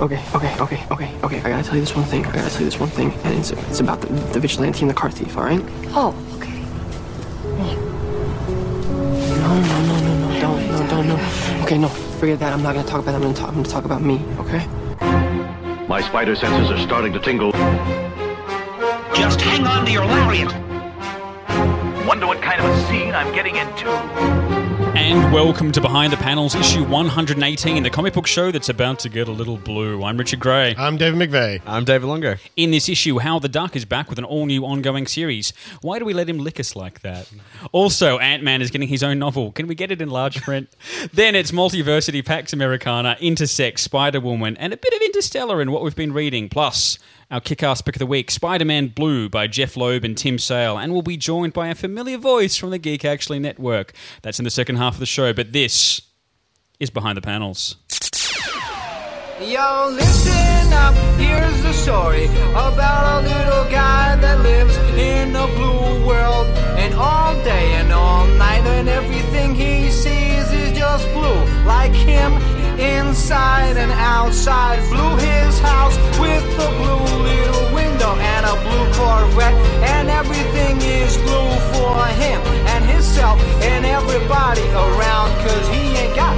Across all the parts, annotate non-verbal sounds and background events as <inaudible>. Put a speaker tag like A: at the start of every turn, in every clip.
A: Okay, okay, okay, okay, okay. I gotta tell you this one thing. I gotta tell you this one thing, and it's it's about the, the vigilante and the car thief. All right?
B: Oh, okay.
A: No, no, no, no, no. Don't, no, don't, no. Okay, no. Forget that. I'm not gonna talk about. That. I'm gonna talk. I'm gonna talk about me. Okay?
C: My spider senses are starting to tingle.
D: Just hang on to your lariat.
E: Wonder what kind of a scene I'm getting into.
F: And welcome to Behind the Panels, issue 118, the comic book show that's about to get a little blue. I'm Richard Gray.
G: I'm David McVeigh.
H: I'm David Longo.
F: In this issue, How the Duck is back with an all new ongoing series. Why do we let him lick us like that? Also, Ant Man is getting his own novel. Can we get it in large <laughs> print? then it's Multiversity, Pax Americana, Intersex, Spider Woman, and a bit of Interstellar in what we've been reading. Plus, our kick ass pick of the week, Spider Man Blue by Jeff Loeb and Tim Sale. And we'll be joined by a familiar voice from the Geek Actually Network. That's in the second half of the show, but this is Behind the Panels.
I: Yo, listen up, here's the story about a little guy that lives in a blue world. And all day and all night, and everything he sees is just blue. Like him, inside and outside. Blue his house with a blue little window and a blue Corvette. And everything is blue for him and himself and everybody around, cause he ain't got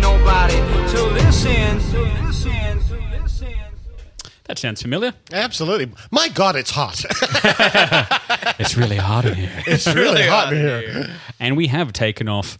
I: nobody to listen. To listen, to listen.
F: That sounds familiar.
G: Absolutely. My God, it's hot. <laughs>
F: It's really hard in <laughs> here.
G: it's really hot in here.
F: and we have taken off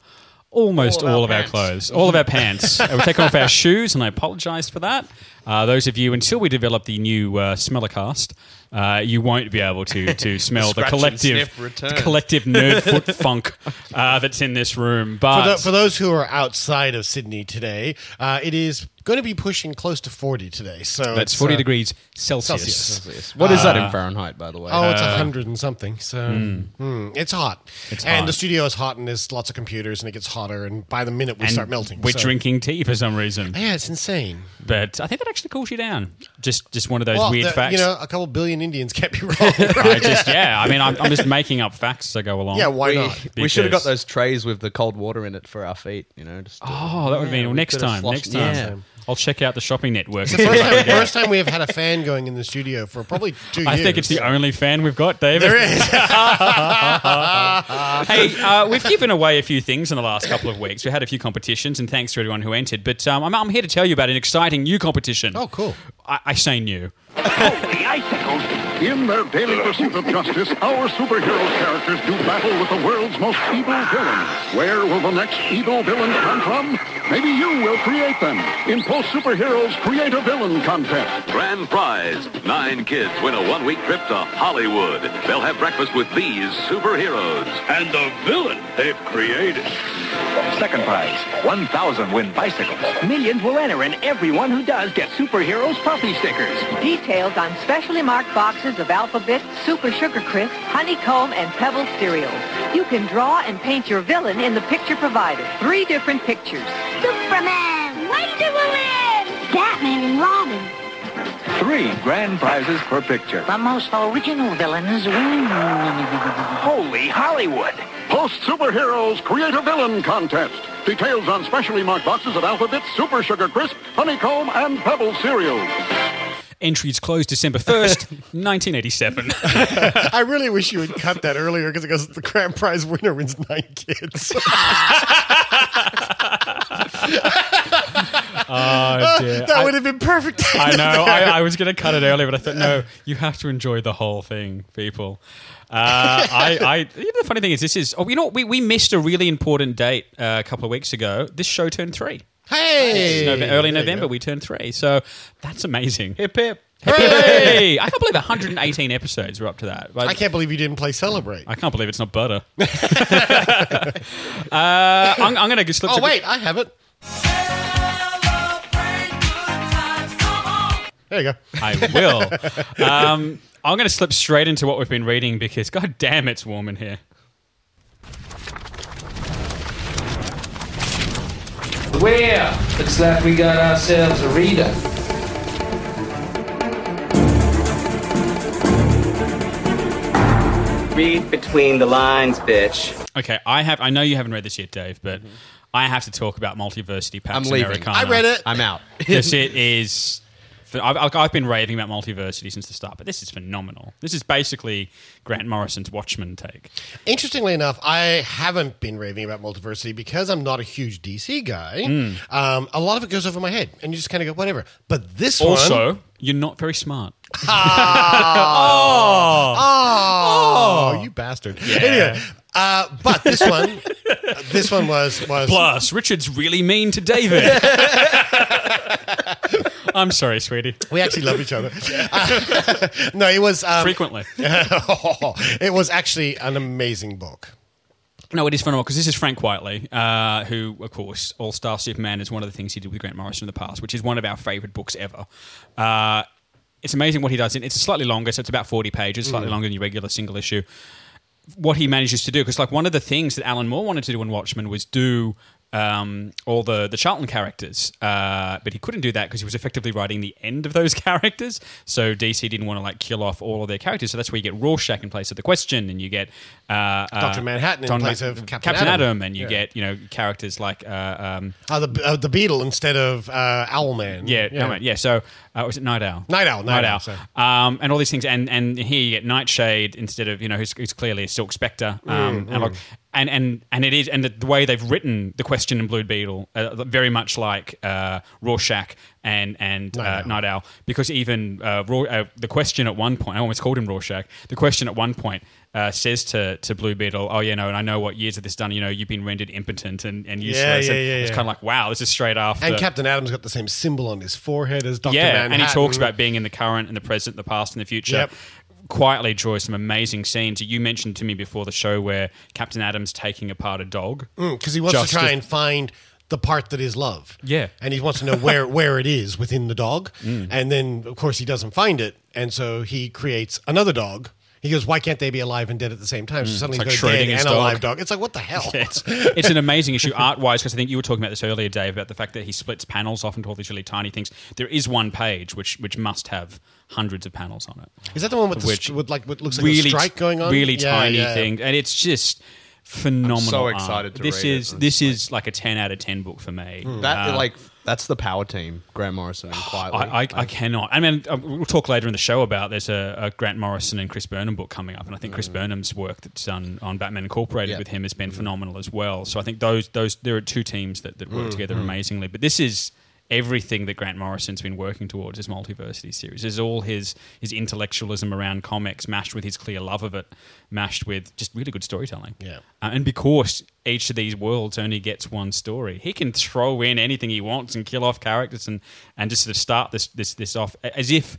F: almost all, of our clothes, all of our
G: <laughs>
F: pants. Uh, We've taken off our shoes, and I apologise for that. Uh, those of you, until we develop the new uh, Smellercast, uh, you won't be able
G: <laughs>
F: to to smell the
H: Scratch and
F: collective
H: sniff
F: the
H: returns.
F: collective nerd foot funk uh, that's in this room. But
G: For, tho- for those who are outside of Sydney today, uh, it is going to be pushing close to 40 today. So
F: that's
G: it's,
F: forty
G: uh,
F: degrees Celsius.
G: Celsius. Uh,
H: What is that
F: Uh,
H: in Fahrenheit, by the way?
G: Oh, it's a hundred and something. So mm, it's hot,
F: It's
G: and
F: hot.
G: the studio is hot, and there's lots of computers, and it gets hotter, and by the minute we
F: And
G: start melting.
F: We're
G: so-
F: drinking tea for some reason,
G: Yeah, it's insane.
F: but I think that actually cools you down. Just just one of those
G: Well,
F: weird
G: the-
F: facts.
G: You know, a couple billion Indians can't be wrong.
F: I just yeah. I mean, I'm, I'm just making up facts as I go along.
G: <laughs> yeah, why
H: we,
G: not?
H: we should have got
F: Because-
H: those trays with the cold water in it for our feet, you know. Just to-
F: Oh, that would have been well,
H: we
F: next
H: could've
F: time.
H: sloshed-
F: Next time,
H: Yeah.
F: I'll check out the shopping network.
G: It's the
F: <laughs>
G: first time, first time we have had a fan going in the studio for probably two
F: I
G: years.
F: think it's
G: <laughs>
F: the only fan we've got, David.
G: There is.
F: hey, uh, we've given away a few things in the last couple of weeks. We had a few competitions, and thanks to everyone who entered. But um, I'm, I'm here to tell you about an exciting new competition.
G: Oh, cool.
F: I, I say new.
E: Holy icicles!
C: In their daily pursuit of justice, our superhero characters do battle with the world's most evil villains. Where will the next evil villains come from? Maybe you will create them in Post Superheroes Create a Villain Contest.
J: Grand prize. Nine kids win a one-week trip to Hollywood. They'll have breakfast with these superheroes.
C: And the villain they've created.
J: Second prize. 1,000 win bicycles.
D: Millions will enter, and everyone who does gets superheroes puffy stickers.
B: Details on specially marked boxes of Alphabet, Super Sugar Crisp, Honeycomb, and Pebble cereals. You can draw and paint your villain in the picture provided. Three different pictures.
K: Superman, Wonder Woman, Batman, and Robin.
J: Three grand prizes per picture.
K: The most original villains win.
D: Holy Hollywood!
C: Post Superheroes Create a Villain Contest. Details on specially marked boxes of Alphabet, Super Sugar Crisp, Honeycomb, and Pebble cereals.
F: Entries closed December 1st, 1987.
G: I really wish you would cut that earlier because it goes the grand prize winner wins nine
F: <laughs>
G: kids.
F: oh, dear.
G: <laughs> that would have been perfect.
F: <laughs> I know.
G: <laughs>
F: I, I was going to cut it earlier, but I thought, no, you have to enjoy the whole thing, people. Uh, I, I, you know, the funny thing is, this is, oh, you know what? We, we missed a really important date uh, a couple of weeks ago. This show turned three.
G: Hey,
F: It's Nove- early
G: There you
F: November,
G: go.
F: we turned three. So that's amazing.
H: Hip hip.
F: Hey! I can't believe 118 episodes were up to that. But
G: I can't believe you didn't play celebrate.
F: I can't believe it's not
G: <laughs>
F: butter. <laughs> uh, I'm, I'm going to slip
G: oh
F: to-
G: wait, I have it. There you go.
F: I will. Um, I'm going to slip straight into what we've been reading because, god damn, it's warm in here.
I: Well, looks like we got ourselves a reader.
D: Read between the lines, bitch.
F: Okay, I have. I know you haven't read this yet, Dave, but I have to talk about Multiversity Pax
H: I'm leaving.
F: <laughs> Americana.
G: I read it.
H: I'm out.
F: Because it is I've, I've- I've been raving about Multiversity since the start, but this is phenomenal. This is basically Grant Morrison's Watchmen take.
G: Interestingly enough, I haven't been raving about multiversity because I'm not a huge DC guy.
F: Mm.
G: Um, a lot of it goes over my head, and you just kind of go, whatever. But this one.
F: also, you're not very smart.
G: Oh,
F: Oh.
G: you bastard!
F: Yeah.
G: Anyway, uh, but this one,
F: <laughs>
G: this one was was
F: Plus, Richard's really mean to David. I'm sorry, sweetie.
G: We actually love each other. <laughs> Uh, no, it was um,
F: Frequently.
G: <laughs> it was actually an amazing book.
F: No, it is phenomenal because this is Frank Whiteley, uh, who, of course, All Star Superman is one of the things he did with Grant Morrison in the past, which is one of our favorite books ever. Uh, it's amazing what he does. It's slightly longer, so it's about 40 pages, slightly
L: Mm.
F: longer than your regular single issue. What he manages to do, because like one of the things that Alan Moore wanted to do in Watchmen was do um, all the the Charlton characters, uh, but he couldn't do that because he was effectively writing the end of those <laughs> characters. So DC didn't want to like kill off all of their characters. So that's where you get Rorschach in place of the Question, and you get uh,
G: Dr. Manhattan in place of Captain
F: Adam.
G: Adam.
F: and you
G: Yeah.
F: get you know characters like uh, um,
G: Uh, the uh, the Beetle instead of uh, Owlman.
F: yeah, yeah, yeah. So uh, was it Night Owl?
G: Night Owl, Night Owl, sorry.
F: Um, and all these things, and and here you get Nightshade instead of you know who's, who's clearly a Silk Spectre um,
G: Mm,
F: analog.
G: mm.
F: And, and and it is and the, the way they've written the question in Blue Beetle uh, very much like uh, Rorschach and and Night, uh, Owl. Night Owl because even uh, Ror- uh, the question at one point I almost called him Rorschach the question at one point uh, says to to Blue Beetle oh you know and I know what years have this done you know you've been rendered impotent and, and
G: Yeah,
F: useless
G: yeah,
F: and
G: yeah,
F: it's
G: yeah.
F: kind of like wow this is straight after
G: And Captain Adam's got the same symbol on his forehead as Doctor
F: yeah,
G: Manhattan.
F: and he talks about being in the current and the present, the past and the future.
G: Yep.
F: Quietly draws some amazing scenes. You mentioned to me before the show where Captain Adams taking apart a dog
G: because Mm, he wants
F: Just
G: to try
F: as-
G: and find the part that is love.
F: Yeah.
G: and he wants to know
F: <laughs>
G: where where it is within the dog,
F: Mm.
G: and then of course he doesn't find it, and so he creates another dog. He goes, "Why can't they be alive and dead at the same time?" So
F: Mm.
G: suddenly
F: It's
G: he's
F: like
G: got a dead
F: Schrödinger's
G: and a
F: dog.
G: live dog. It's like what the hell?
F: <laughs> Yeah, it's, it's an amazing issue art wise because I think you were talking about this earlier, Dave, about the fact that he splits panels off into all these really tiny things. There is one page which which must have hundreds of panels on it.
G: <laughs> Is that the one with the
F: Which-
G: st- with like what looks like
F: really
G: a strike going on?
F: really
G: Yeah,
F: tiny
G: yeah.
F: thing, and it's just phenomenal.
H: so
F: art.
H: excited to
F: this
H: read it.
F: is this is like a ten out of ten book for me.
H: <laughs> That
F: Uh,
H: like that's the power team, Grant Morrison and Quietly.
F: <sighs> I, I, I cannot. I mean, uh, we'll talk later in the show about there's a, a Grant Morrison and Chris Burnham book coming up, and I think Chris Burnham's work that's done on Batman Incorporated
H: Mm. Yeah. Mm-hmm.
F: with him has been phenomenal as well. So I think those those there are two teams that, that work
H: Mm,
F: together
H: mm.
F: amazingly. But this is everything that Grant Morrison's been working towards his multiversity series. This is all his his intellectualism around comics mashed with his clear love of it, mashed with just really good storytelling.
G: Yeah.
F: Uh, and because each of these worlds only gets one story, he can throw in anything he wants and kill off characters and, and just sort of start this, this, this off a- as if,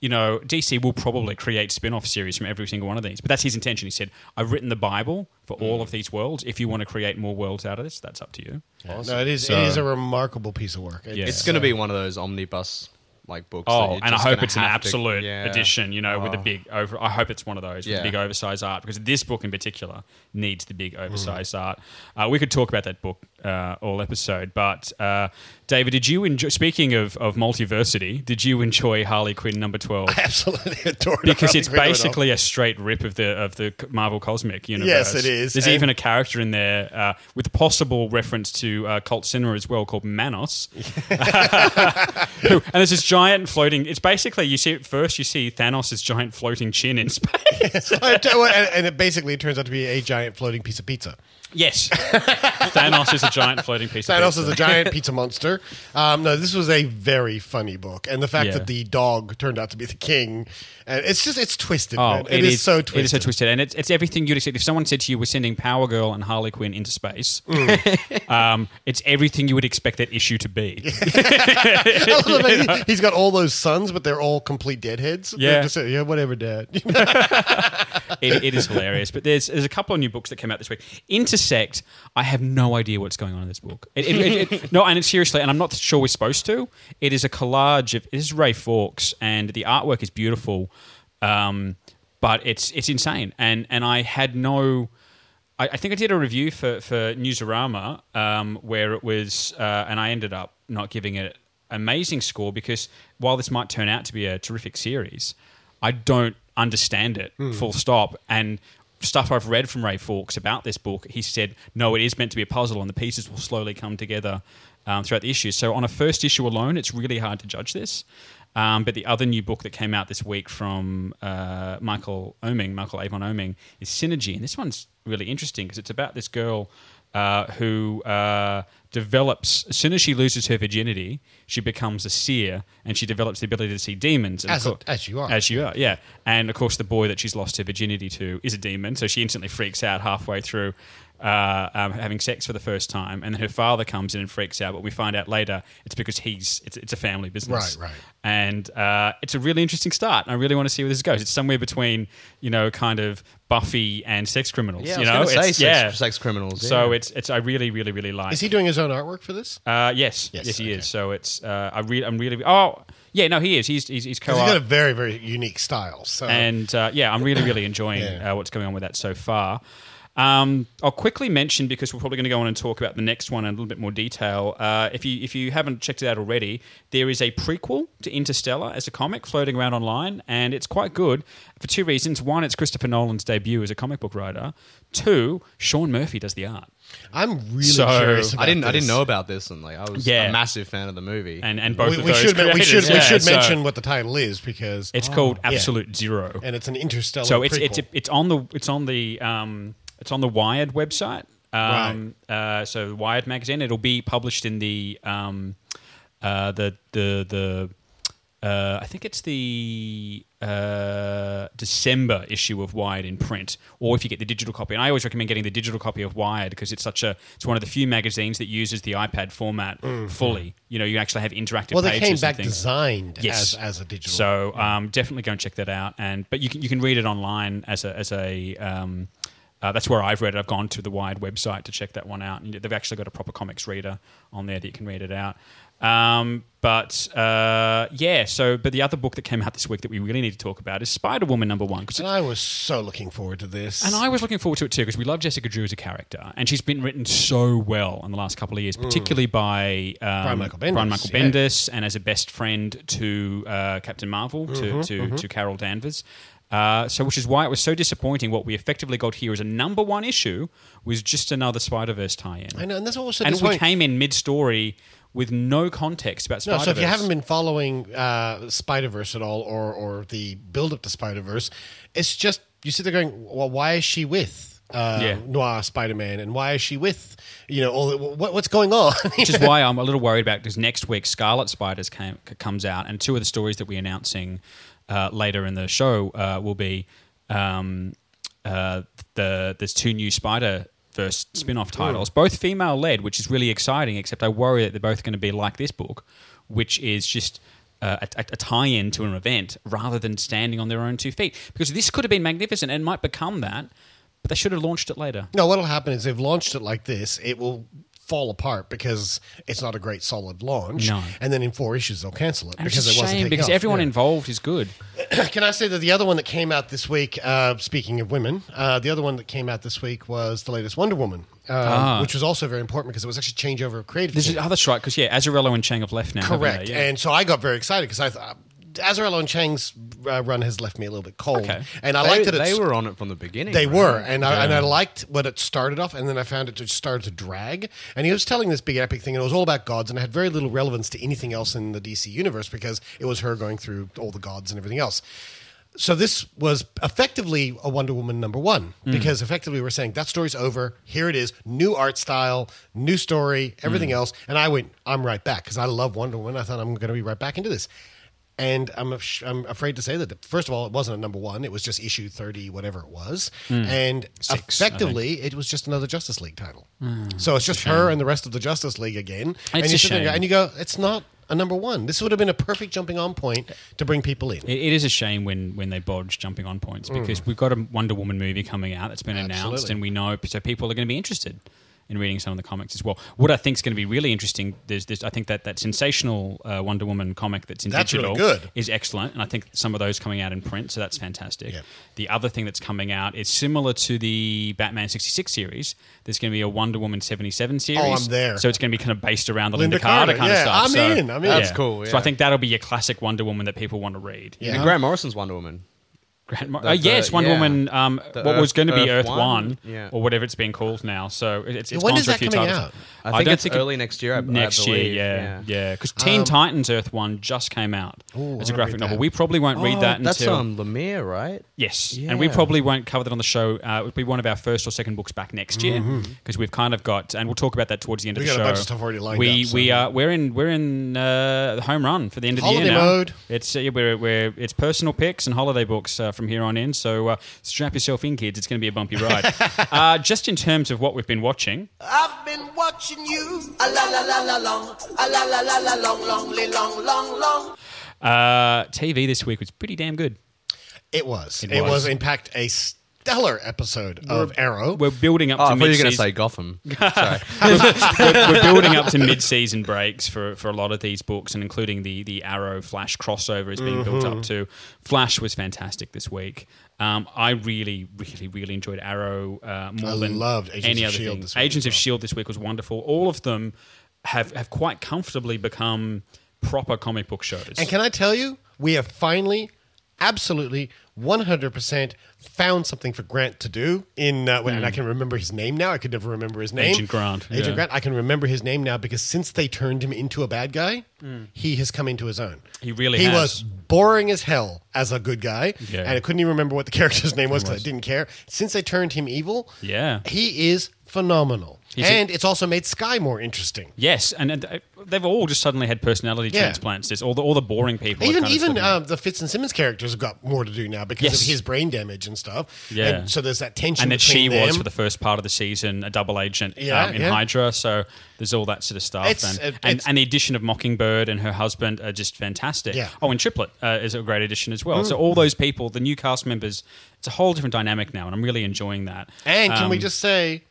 F: you know, DC will probably create spin off series from every single one of these. But that's his intention. He said, I've written the Bible for all of these worlds. If you want to create more worlds out of this, that's up to you.
G: No, it is
F: So-
G: it is a remarkable piece of work.
F: Yeah.
H: It's going to be one of those omnibus like books. that
F: Oh,
H: you're
F: and I
H: just
F: hope
H: gonna
F: it's an
H: have to-
F: absolute
H: Yeah.
F: edition, you know, with a
H: Oh.
F: big over. I hope it's one of those with
H: Yeah.
F: the big oversized art because this book in particular needs the
H: Mm.
F: big oversized art. Uh, we could talk about that book uh, all episode, but uh, David, did you enjoy? Speaking of of multiversity, did you enjoy Harley Quinn number twelve?
G: absolutely <laughs> adore it.
F: Because
G: Harley
F: it's
G: Quinn at all. <laughs>
F: basically a straight rip of the of the Marvel Cosmic universe.
G: it is.
F: There's
G: And-
F: even a character in there uh, with a possible reference to uh, cult cinema as well, called
G: <laughs>
F: Manos. <laughs> Who- and there's this giant floating. It's basically you see at first you see Thanos' giant floating chin in space.
G: <laughs> and and it basically turns out to be a giant floating piece of pizza.
F: Yes, Thanos is a giant floating piece.
G: Thanos
F: of pizza.
G: is a giant
F: <laughs>
G: pizza monster. Um, no, this was a very funny book, and the fact
F: Yeah.
G: that the dog turned out to be the king, and it's just it's twisted. man.
F: Oh, it
G: is, so
F: It is so
G: twisted. <laughs>
F: twisted, and it's, it's everything you'd expect. If someone said to you, "We're sending Power Girl and Harley Quinn into space," <laughs>
G: Mm.
F: um, it's everything you would expect that issue to be.
G: <laughs> I love the fact
F: <laughs>
G: he- He's got all those sons, but they're all complete deadheads. They're
F: Yeah.
G: just, yeah, whatever, dad. <laughs>
F: it, it is hilarious. But there's there's a couple of new books that came out this week. Intersect. I have no idea what's going on in this book. It, it, it, it- no, and it's seriously, and I'm not sure we're supposed to. It is a collage of it is Ray Fawkes, and the artwork is beautiful, um, but it's it's insane. And and I had no. I, I think I did a review for for Newsarama um, where it was, uh, and I ended up not giving it an amazing score because while this might turn out to be a terrific series, I don't understand it
L: Mm.
F: full stop. And stuff I've read from Ray Fawkes about this book, he said, no, it is meant to be a puzzle, and the pieces will slowly come together um, throughout the issue. So on a first issue alone, it's really hard to judge this. Um, but the other new book that came out this week from uh, Michael Oming, Michael Avon Oming, is Synergy. And this one's really interesting because it's about this girl uh, who uh, develops, as soon as she loses her virginity, she becomes a seer and she develops the ability to see demons. And of
G: As a-
F: cour-
G: as you are.
F: As you are, yeah. And of course, the boy that she's lost her virginity to is a demon, so she instantly freaks out halfway through. Uh, um, having sex for the first time, and then her father comes in and freaks out. But we find out later it's because he's it's, it's a family business,
G: Right, right.
F: And uh, it's a really interesting start. I really want to see where this goes. It's somewhere between you know, kind of Buffy and sex criminals.
H: Yeah, I
F: you
H: was
F: know,
H: gonna say
F: It's-
H: sex- sex criminals,
F: So
H: yeah.
F: it's it's I really really really like.
G: Is he doing his own artwork for this?
F: Uh, yes, yes, he is. So it's uh, I really, I'm really. Oh, yeah, no, he is. He's he's, he's co.
G: Because he's got a very, very unique style. So
F: Oh, uh, And uh, yeah, I'm really, really enjoying
G: Oh. Yeah.
F: uh, what's going on with that so far. Um, I'll quickly mention because we're probably going to go on and talk about the next one in a little bit more detail. Uh, if you if you haven't checked it out already, there is a prequel to Interstellar as a comic floating around online, and it's quite good for two reasons. One, it's Christopher Nolan's debut as a comic book writer. Two, Sean Murphy does the art.
G: I'm really
F: So-
G: curious. About
H: I didn't. I didn't
G: this.
H: know about this, and like I was
F: Yeah.
H: a massive fan of the movie.
F: And and both
G: we,
F: of
G: we
F: those
G: should, we
F: creators,
G: should, we
F: yeah,
G: should
F: so-
G: mention what the title is because Oh,
F: It's called
G: Yeah.
F: Absolute Zero,
G: and it's an interstellar.
F: So it's it's
G: prequel.
F: it's on the it's on the um, it's on the Wired website. Um, uh, so Wired magazine. It'll be published in the um, uh, the the the uh, I think it's the uh, December issue of Wired in print, or if you get the digital copy. And I always recommend getting the digital copy of Wired because it's such a it's one of the few magazines that uses the iPad format
G: Mhm.
F: fully. You know, you actually have interactive.
G: well, they
F: pages
G: came
F: and
G: back
F: things.
G: designed
F: Yes.
G: as as a digital.
F: So um, definitely go and check that out. And but you can you can read it online as a as a um, uh, that's where I've read it. I've gone to the Wired website to check that one out, and they've actually got a proper comics reader on there that you can read it out. Um, but uh, yeah, so but the other book that came out this week that we really need to talk about is Spider Woman number one. 'cause
G: and I was so looking forward to this.
F: and I was looking forward to it too because we love Jessica Drew as a character, and she's been written so well in the last couple of years, particularly by um,
G: Mm. Brian Michael Bendis,
F: Brian Michael
G: yeah.
F: Bendis, and as a best friend to uh, Captain Marvel,
G: Mhm,
F: to to,
G: mhm.
F: to Carol Danvers. Uh, so, which is why it was so disappointing. What we effectively got here as a number one issue was just another Spider Verse tie-in,
G: I know, and that's also
F: and we
G: disappointing.
F: came in mid-story with no context about
G: No,
F: Spider Verse.
G: so if you haven't been following uh, Spider Verse at all, or or the build up to Spider Verse, it's just you sit there going, well, why is she with? Uh,
F: Yeah.
G: Noir Spider Man, and why is she with? You know, all the, what, what's going on? <laughs>
F: which is why I'm a little worried about because next week Scarlet Spiders came, c- comes out, and two of the stories that we're announcing uh, later in the show uh, will be um, uh, the there's two new Spider. Verse spin-off
G: Hmm.
F: titles, both female-led, which is really exciting. Except I worry that they're both going to be like this book, which is just uh, a, a- a tie-in to an event rather than standing on their own two feet. Because this could have been magnificent and might become that, but they should have launched it later.
G: No, what'll happen is they've launched it like this, it will fall apart because it's not a great solid launch.
F: No.
G: And then in four issues they'll cancel it
F: And
G: because
F: it's a
G: it wasn't
F: shame
G: taking
F: because
G: off.
F: everyone
G: Yeah.
F: involved is good.
G: Can I say that the other one that came out this week, uh, speaking of women, uh, the other one that came out this week was the latest Wonder Woman, um,
F: Ah.
G: which was also very important because it was actually changeover of creative.
F: This
G: team.
F: is other strike because yeah, Azarello and Chang have left now. haven't they?
G: Correct.
F: Yeah.
G: And so I got very excited because I thought Azarello and Chang's uh, run has left me a little bit cold.
H: Okay.
G: And I
H: They-
G: liked that it's-
H: they were on it from the beginning,
G: They
H: right?
G: were, and I and
H: Yeah.
G: I liked what it started off, and then I found it just started to drag. And he was telling this big epic thing, and it was all about gods, and it had very little relevance to anything else in the DC universe because it was her going through all the gods and everything else. So this was effectively a Wonder Woman number one
H: Hmm.
L: Mm.
G: because effectively we're saying that story's over. Here it is, new art style, new story, everything
L: Mm.
H: Hmm.
G: else. And I went, I'm right back because I love Wonder Woman. I thought I'm going to be right back into this. And I'm, af- I'm afraid to say that, first of all, it wasn't a number one. It was just issue 30, whatever it was.
F: Hmm.
L: Mm.
G: And
L: Six, I
G: effectively, it was just another Justice League title.
F: Hmm.
L: Mm.
G: so it's
L: It's a
G: just her
L: shame.
G: and the rest of the Justice League again.
F: It's
G: and,
F: a
G: you sit there and go-
F: shame.
G: and you go, it's not a number one. This would have been a perfect jumping on point to bring people in.
F: It, it is a shame when when they bodge jumping on points because
G: Mm.
F: we've got a Wonder Woman movie coming out that's been announced,
G: Absolutely.
F: and we know so people are going to be interested in reading some of the comics as well. What I think is going to be really interesting there's this I think that that sensational uh, Wonder Woman comic that's in
G: That's really
F: digital
G: good.
F: is excellent, and I think some of those coming out in print, so that's fantastic. The other thing that's coming out is similar to the Batman sixty six series. There's going to be a Wonder Woman seventy seven series.
G: Oh, I'm there.
F: So it's going to be kind of based around the Linda,
G: Linda
F: Carter,
G: Carter,
F: kind
G: yeah,
F: of
G: I'm
F: stuff. so,
G: in, I'm in. That's cool,
F: So I
G: yeah.
F: think that'll be your classic Wonder Woman that people want to read.
H: And Grant Morrison's Wonder Woman.
F: Grant Morrison.
H: The-
F: oh, yes,
H: the-
F: Wonder
H: yeah.
F: Woman. Um,
H: The
F: what was
H: Earth-
F: going to be Earth,
H: Earth
F: One,
H: One? Yeah.
F: or whatever it's being called now. So it- it's, it's
H: When
F: gone
H: is
F: through a
H: that
F: few
H: coming
F: titles.
H: out? I think it's early next year, I- I
F: next year,
H: believe,
F: yeah,
H: yeah.
F: yeah. Because Teen
H: Um,
F: Titans Earth One just came out
H: Ooh,
F: as a
H: I wanna
F: graphic
H: read
F: novel.
H: that.
F: We probably won't read
H: Oh,
F: that until
H: that's, um, Lemire, right?
F: Yes, and we
H: Yeah.
F: probably won't cover that on the show. Uh, it would be one of our first or second books back next year
G: Mhm.
F: because we've kind of got, and we'll talk about that towards the end
G: We
F: of the
G: got a
F: show.
G: bunch of stuff already lined
F: we
G: up, so-
F: we are we're in we're in uh, the home run for the end of the
G: Holiday
F: year now.
G: mode.
F: It's uh, we're, we're it's personal picks and holiday books uh, from here on in. So uh, strap yourself in, kids. It's going to be a bumpy
G: <laughs>
F: ride. uh, just in terms of what we've been watching,
L: I've been watching you. A la la la la long. A la la la la long, long, li- long, long, long.
F: uh, TV this week was pretty damn good.
G: It was.
F: It
G: It,
F: was.
G: was. in fact, a stellar episode of
F: We're-
G: Arrow.
F: We're building up. to
H: Oh, I thought you were gonna
F: mid-season- <laughs>
H: say Gotham. Sorry.
F: we're, we're- we're building up to mid-season breaks for, for a lot of these books, and including the the Arrow Flash crossover is being built up
G: Mm-hmm.
H: Mhm.
F: to. Flash was fantastic this week. Um, I really, really, really enjoyed Arrow uh, more
G: I
F: than
G: loved Agents
F: any
G: of
F: other
G: S.H.I.E.L.D.
F: thing.
G: E this week
F: Agents
G: as
F: of Shield E this week was wonderful. All of them have have quite comfortably become proper comic book shows.
G: And can I tell you, we have finally, absolutely, 100% found something for Grant to do in, uh, and I can remember his name now. I could never remember his name.
F: Hmm. Agent Grant,
G: Agent
F: yeah.
G: Grant. I can remember his name now because since they turned him into a bad guy,
F: Mm.
G: he has come into his own.
F: He really
G: he
F: has.
G: was boring as hell as a good guy.
F: Yeah.
G: And I couldn't even remember what the <laughs> character's name was
F: It
G: because
F: was.
G: I didn't care. Since they turned him evil,
F: yeah.
G: he is phenomenal.
F: He's a-
G: and it's also made Sky more interesting.
F: Yes, and, and they've all just suddenly had personality
G: Yeah.
F: transplants. There's all the all the boring people. have
G: Even
F: kind of
G: even
F: slipped
G: uh, the Fitz and Simmons characters have got more to do now because
F: Yes.
G: of his brain damage and stuff.
F: Yeah.
G: And so there's that tension.
F: and that she
G: between
F: was
G: them.
F: for the first part of the season a double agent
G: Yeah,
F: um, in
G: yeah.
F: Hydra. So there's all that sort of stuff, and,
G: It's- it-
F: and,
G: it's-
F: and the addition of Mockingbird and her husband are just fantastic.
G: Yeah.
F: Oh, and Triplet uh, is a great addition as well.
G: Mm.
F: So all those people, the new cast members, it's a whole different dynamic now, and I'm really enjoying that.
G: And can we
F: Um,
G: just say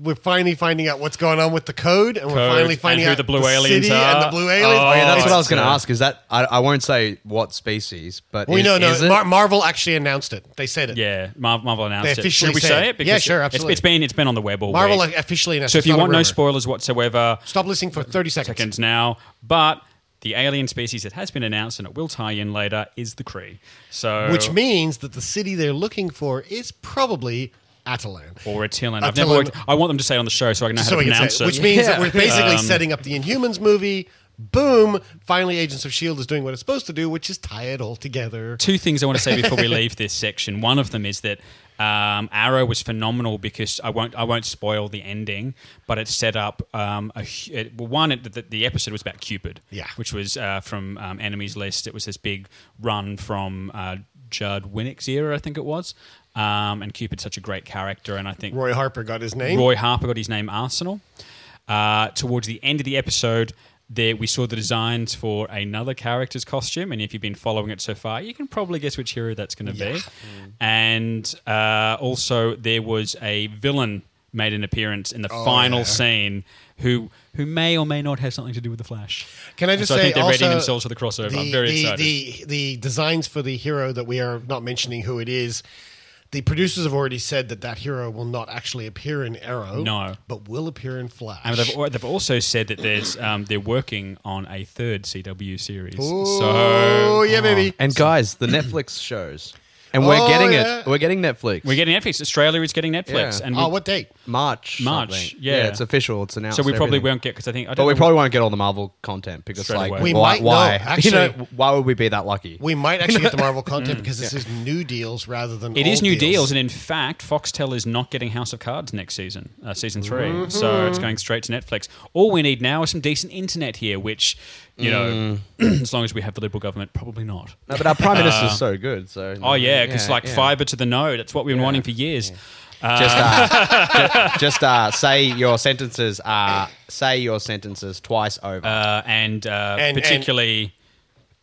G: we're finally finding out what's going on with the code, and we're
F: Code,
G: finally
F: and
G: finding
F: who
G: out
F: the blue aliens
G: city
F: are.
G: and the blue aliens.
H: Oh, yeah, that's what I was going to
G: It's-
H: ask. Is that I, I won't say what species, but
G: We
H: is,
G: know,
H: is
G: no.
H: it?
G: Mar- Marvel actually announced it. They said it.
F: Yeah, Mar- Marvel announced
G: They
F: it.
G: officially
F: Should we
G: said
F: say
G: it.
F: it?
G: Yeah,
F: Because
G: sure,
F: it's-
G: absolutly.
F: It's been it's been on the web all
G: Marvel
F: week.
G: officially announced
F: So if
G: it. It's
F: you
G: not a
F: want no
G: rumor.
F: spoilers whatsoever,
G: stop listening for 30 seconds.
F: now. But the alien species that has been announced and it will tie in later is the Kree. So
G: Which means that the city they're looking for is probably Atalan.
F: or Attilan. I've never
G: Attilan.
F: worked. I want them to say it on the show so I can know how
G: So
F: to
G: we can
F: pronounce it.
G: say it, Which means that we're basically
F: Um,
G: setting up the Inhumans movie. Boom! Finally, Agents of S.H.I.E.L.D. E is doing what it's supposed to do, which is tie it all together.
F: Two things I want to say before
G: <laughs>
F: we leave this section. One of them is that um, Arrow was phenomenal because I won't I won't spoil the ending, but it set up um, a hu- it, well, one. It, the, the episode was about Cupid,
G: Yeah.
F: which was uh, from um, Enemies List. It was this big run from uh, Judd Winnick's era, I think it was. Um, and Cupid's such a great character, and I think
G: Roy Harper got his name.
F: Roy Harper got his name Arsenal. Uh, towards the end of the episode, there we saw the designs for another character's costume, and if you've been following it so far, you can probably guess which hero that's going to be. And uh, also, there was a villain made an appearance in the
G: Oh,
F: final
G: yeah.
F: scene who who may or may not have something to do with the Flash.
G: Can I
F: And
G: just
F: so
G: say
F: I think they're
G: also,
F: readying themselves for the crossover. I'm very
G: the,
F: excited.
G: The, the designs for the hero that we are not mentioning who it is, the producers have already said that that hero will not actually appear in Arrow.
F: No.
G: but will appear in Flash.
F: And they've, al- they've also said that there's um, they're working on a third CW series. so
G: Oh, yeah, baby.
H: And guys, the Netflix shows, and we're
F: Oh,
H: getting
F: yeah.
H: it. We're getting Netflix.
F: We're getting Netflix. Australia is getting Netflix.
H: Yeah.
F: And
H: Oh,
F: we-
H: what
G: Ah, date?
H: March.
F: March,
H: something.
F: yeah.
H: it's official. It's announced.
F: So we probably
H: everything.
F: won't get because I think I don't
H: But we
F: know
H: probably won't get all the Marvel content because,
F: Straight
H: like,
F: away.
H: why?
F: We
G: might- no,
H: why?
G: actually-
H: <laughs> you know, why would we be that lucky?
G: we might actually get the Marvel
F: <laughs>
G: content
F: Mm.
G: because this
F: Yeah.
G: is new deals rather than
F: It is
G: old
F: new deals. and in fact, Foxtel is not getting House of Cards next season, uh, season 3 So
H: Mm-hmm.
G: Mhm.
F: it's going straight to Netflix. All we need now is some decent internet here, which you know, <clears throat>
H: Mm.
F: as long as we have the Liberal government, probably not.
H: No, but our prime minister's
F: <laughs> Uh,
H: so good. So
F: Oh yeah, because like
H: yeah.
F: fiber to the node, that's what we've been wanting for years. Uh,
H: Just uh, ju- just uh, say your sentences. Uh, say your sentences twice over.
F: Uh, and, uh,
H: And- and-
F: particularly,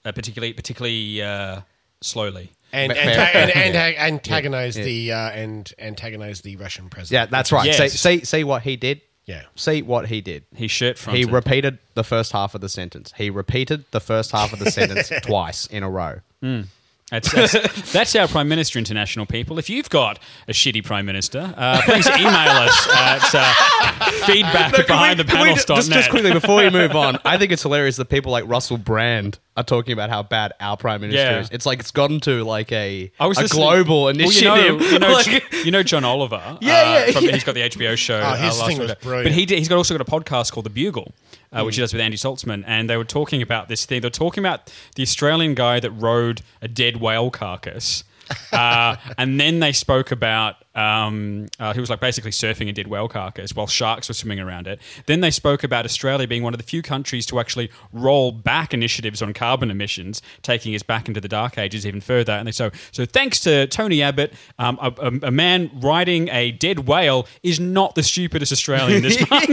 F: uh, particularly, particularly uh, slowly.
G: and and, and, and, antagonize the uh, and antagonize the Russian president.
H: Yeah, that's right.
G: Yes.
H: Say, say, say what he did.
G: Yeah.
H: Say what he did.
F: He shirt
H: He
F: fronted.
H: repeated the first half of the sentence. He repeated the first half of
F: <laughs>
H: the sentence twice in a row.
F: Mm. That's,
H: <laughs>
F: that's, that's our Prime Minister International, people. If you've got a shitty Prime Minister, uh, please email us at uh, feedback
H: No, can we-
F: behind the
H: can we
F: panel. <laughs>
H: ju- just, just quickly before we move on, I think it's hilarious that people like Russell Brand are talking about how bad our prime minister
F: Yeah.
H: is. It's like it's gotten to like a,
F: I was
H: a
F: listening-
H: global
F: Well,
H: initiative.
F: you know, you
H: <laughs>
F: know,
H: Like-
F: J- you know John Oliver. uh,
H: Yeah, yeah,
F: from-
H: yeah.
F: He's got the HBO show.
H: Oh, his
F: uh, last
H: thing
F: week.
H: was
F: But
H: brilliant.
F: he did, he's got also got a podcast called The Bugle, uh, which
H: Mm.
F: he does with Andy Saltzman, and they were talking about this thing. They're talking about the Australian guy that rode a dead whale carcass. uh, and then they spoke about um, uh, he was like basically surfing a dead whale carcass while sharks were swimming around it. Then they spoke about Australia being one of the few countries to actually roll back initiatives on carbon emissions, taking us back into the dark ages even further. And they, so, so thanks to Tony Abbott, um, a, a, a man riding a dead whale is not the stupidest Australian this month.
G: I'd,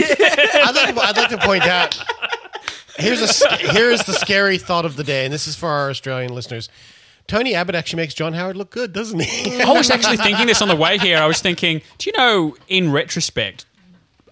G: like to, I'd like to point out here's a sc- here's the scary thought of the day, and this is for our Australian listeners. Tony Abbott actually makes John Howard look good, doesn't he?
F: <laughs>
G: <laughs>
F: I was actually thinking this on the way here. I was thinking, do you know, in retrospect,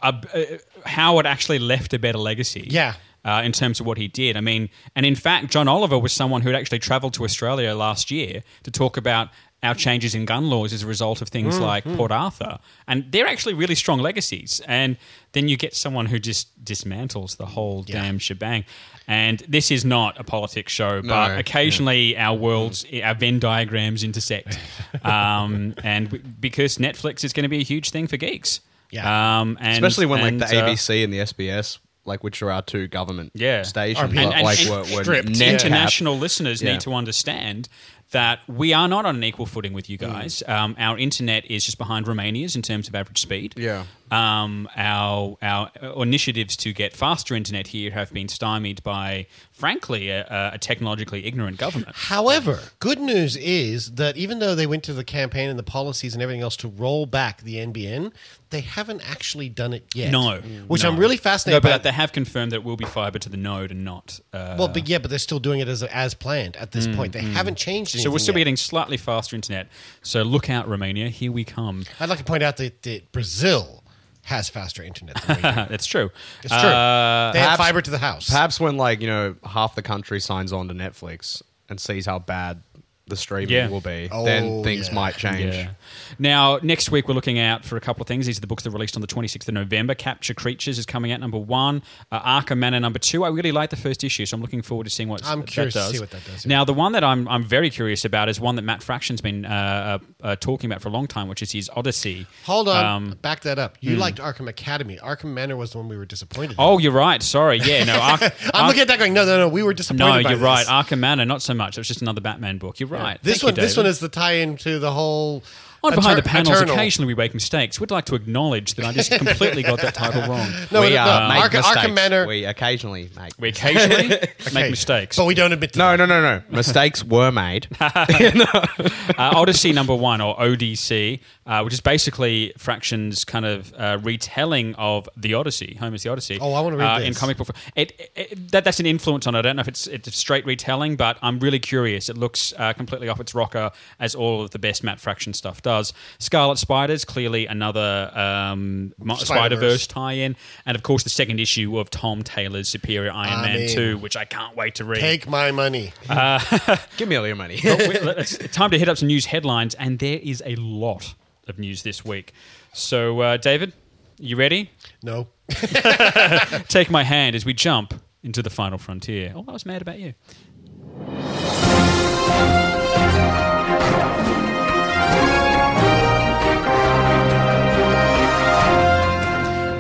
F: uh, uh, Howard actually left a better legacy. Yeah. Uh, in terms of what he did, I mean, and in fact, John Oliver was someone who had actually travelled to Australia last year to talk about our changes in gun laws as a result of things
M: Mm,
F: like
M: mm.
F: Port Arthur, and they're actually really strong legacies. And then you get someone who just dismantles the whole damn shebang. And this is not a politics show,
M: No,
F: but
M: yeah.
F: occasionally our worlds, our Venn diagrams intersect. um, and w- because Netflix is going to be a huge thing for geeks.
H: Yeah.
F: Um, and,
H: Especially when like
F: and,
H: the
F: uh,
H: ABC and the SBS, like which are our two government
F: yeah.
H: stations,
F: And, and-
H: like
F: and
H: were, were
F: stripped.
H: net
F: international listeners
H: Yeah.
F: need to understand that we are not on an equal footing with you guys. Um, our internet is just behind Romania's in terms of average speed.
H: Yeah.
F: Um, our our uh, initiatives to get faster internet here have been stymied by, frankly, a, a technologically ignorant government.
G: However, good news is that even though they went to the campaign and the policies and everything else to roll back the NBN, they haven't actually done it yet.
F: No,
G: Mm. which
F: no.
G: I'm really
F: No,
G: fascinated
F: but
G: by.
F: they have confirmed that it will be fiber to the node and not. Uh,
G: well, but yeah, but they're still doing it as as planned at this point. They haven't changed anything.
F: Mm, So we'll still be
G: yet.
F: getting slightly faster internet. So look out, Romania. Here we come.
G: I'd like to point out that, that Brazil has faster internet. Than we do.
F: Uh, <laughs> That's true.
G: It's true.
F: Uh,
G: They have fiber to the house.
H: Perhaps when like you know half the country signs on to Netflix and sees how bad the streaming
F: Yeah.
H: will be,
F: Oh,
H: then things
F: yeah.
H: might change.
F: Yeah. Now, next week we're looking out for a couple of things. These are the books that are released on the 26th of November. Capture Creatures is coming out number one. Uh, Arkham Manor number two. I really like the first issue, so I'm looking forward to seeing what
G: I'm
F: that
G: curious to
F: does.
G: see what that does,
F: Now, the one that I'm I'm very curious about is one that Matt Fraction's been uh, uh, uh, talking about for a long time, which is his Odyssey.
G: Hold on,
F: Um,
G: back that up. You
F: hmm.
G: liked Arkham Academy. Arkham Manor was the one we were disappointed. in.
F: Oh, you're right. Sorry. Yeah. No. Ark-
G: <laughs> I'm
F: Ark-
G: looking at that going, no, no, no. We were disappointed.
F: No,
G: by
F: you're
G: this.
F: right. Arkham Manor, not so much. It was just another Batman book. You're right.
G: This
F: Thank
G: one,
F: you,
G: this
F: David.
G: one is the tie-in to the whole.
F: On behind
G: Eter-
F: the panels,
G: Eternal.
F: occasionally we make mistakes. We'd like to acknowledge that I just completely got that title
G: <laughs>
F: wrong.
G: No, We, no, no, uh, make Arkham- Arkham
H: mistakes.
G: Manor-
H: We occasionally make.
F: We occasionally make mistakes,
G: but we don't admit. To
H: no, no,
F: <laughs>
H: no, no. Mistakes were made.
F: uh, Odyssey number one, or ODC, uh, which is basically Fraction's kind of uh, retelling of the Odyssey, Homer's The Odyssey.
G: Oh, I wanna read
F: uh, In
G: this.
F: comic book form. It, it, that, that's an influence on it. I don't know if it's, it's a straight retelling, but I'm really curious. It looks uh, completely off its rocker, as all of the best Matt Fraction stuff does. Scarlet Spiders, clearly another um, Spider Verse
M: Spider-Verse.
F: tie in. And of course, the second issue of Tom Taylor's Superior Iron
G: I
F: Man
G: mean,
F: 2, which I can't wait to read.
G: Take my money.
F: Uh,
H: Give me all your money. <laughs>
F: Well, we- it's time to hit up some news headlines, and there is a lot of news this week. So, uh, David, you ready?
G: No.
F: Take my hand as we jump into the final frontier. Oh, I was mad about you.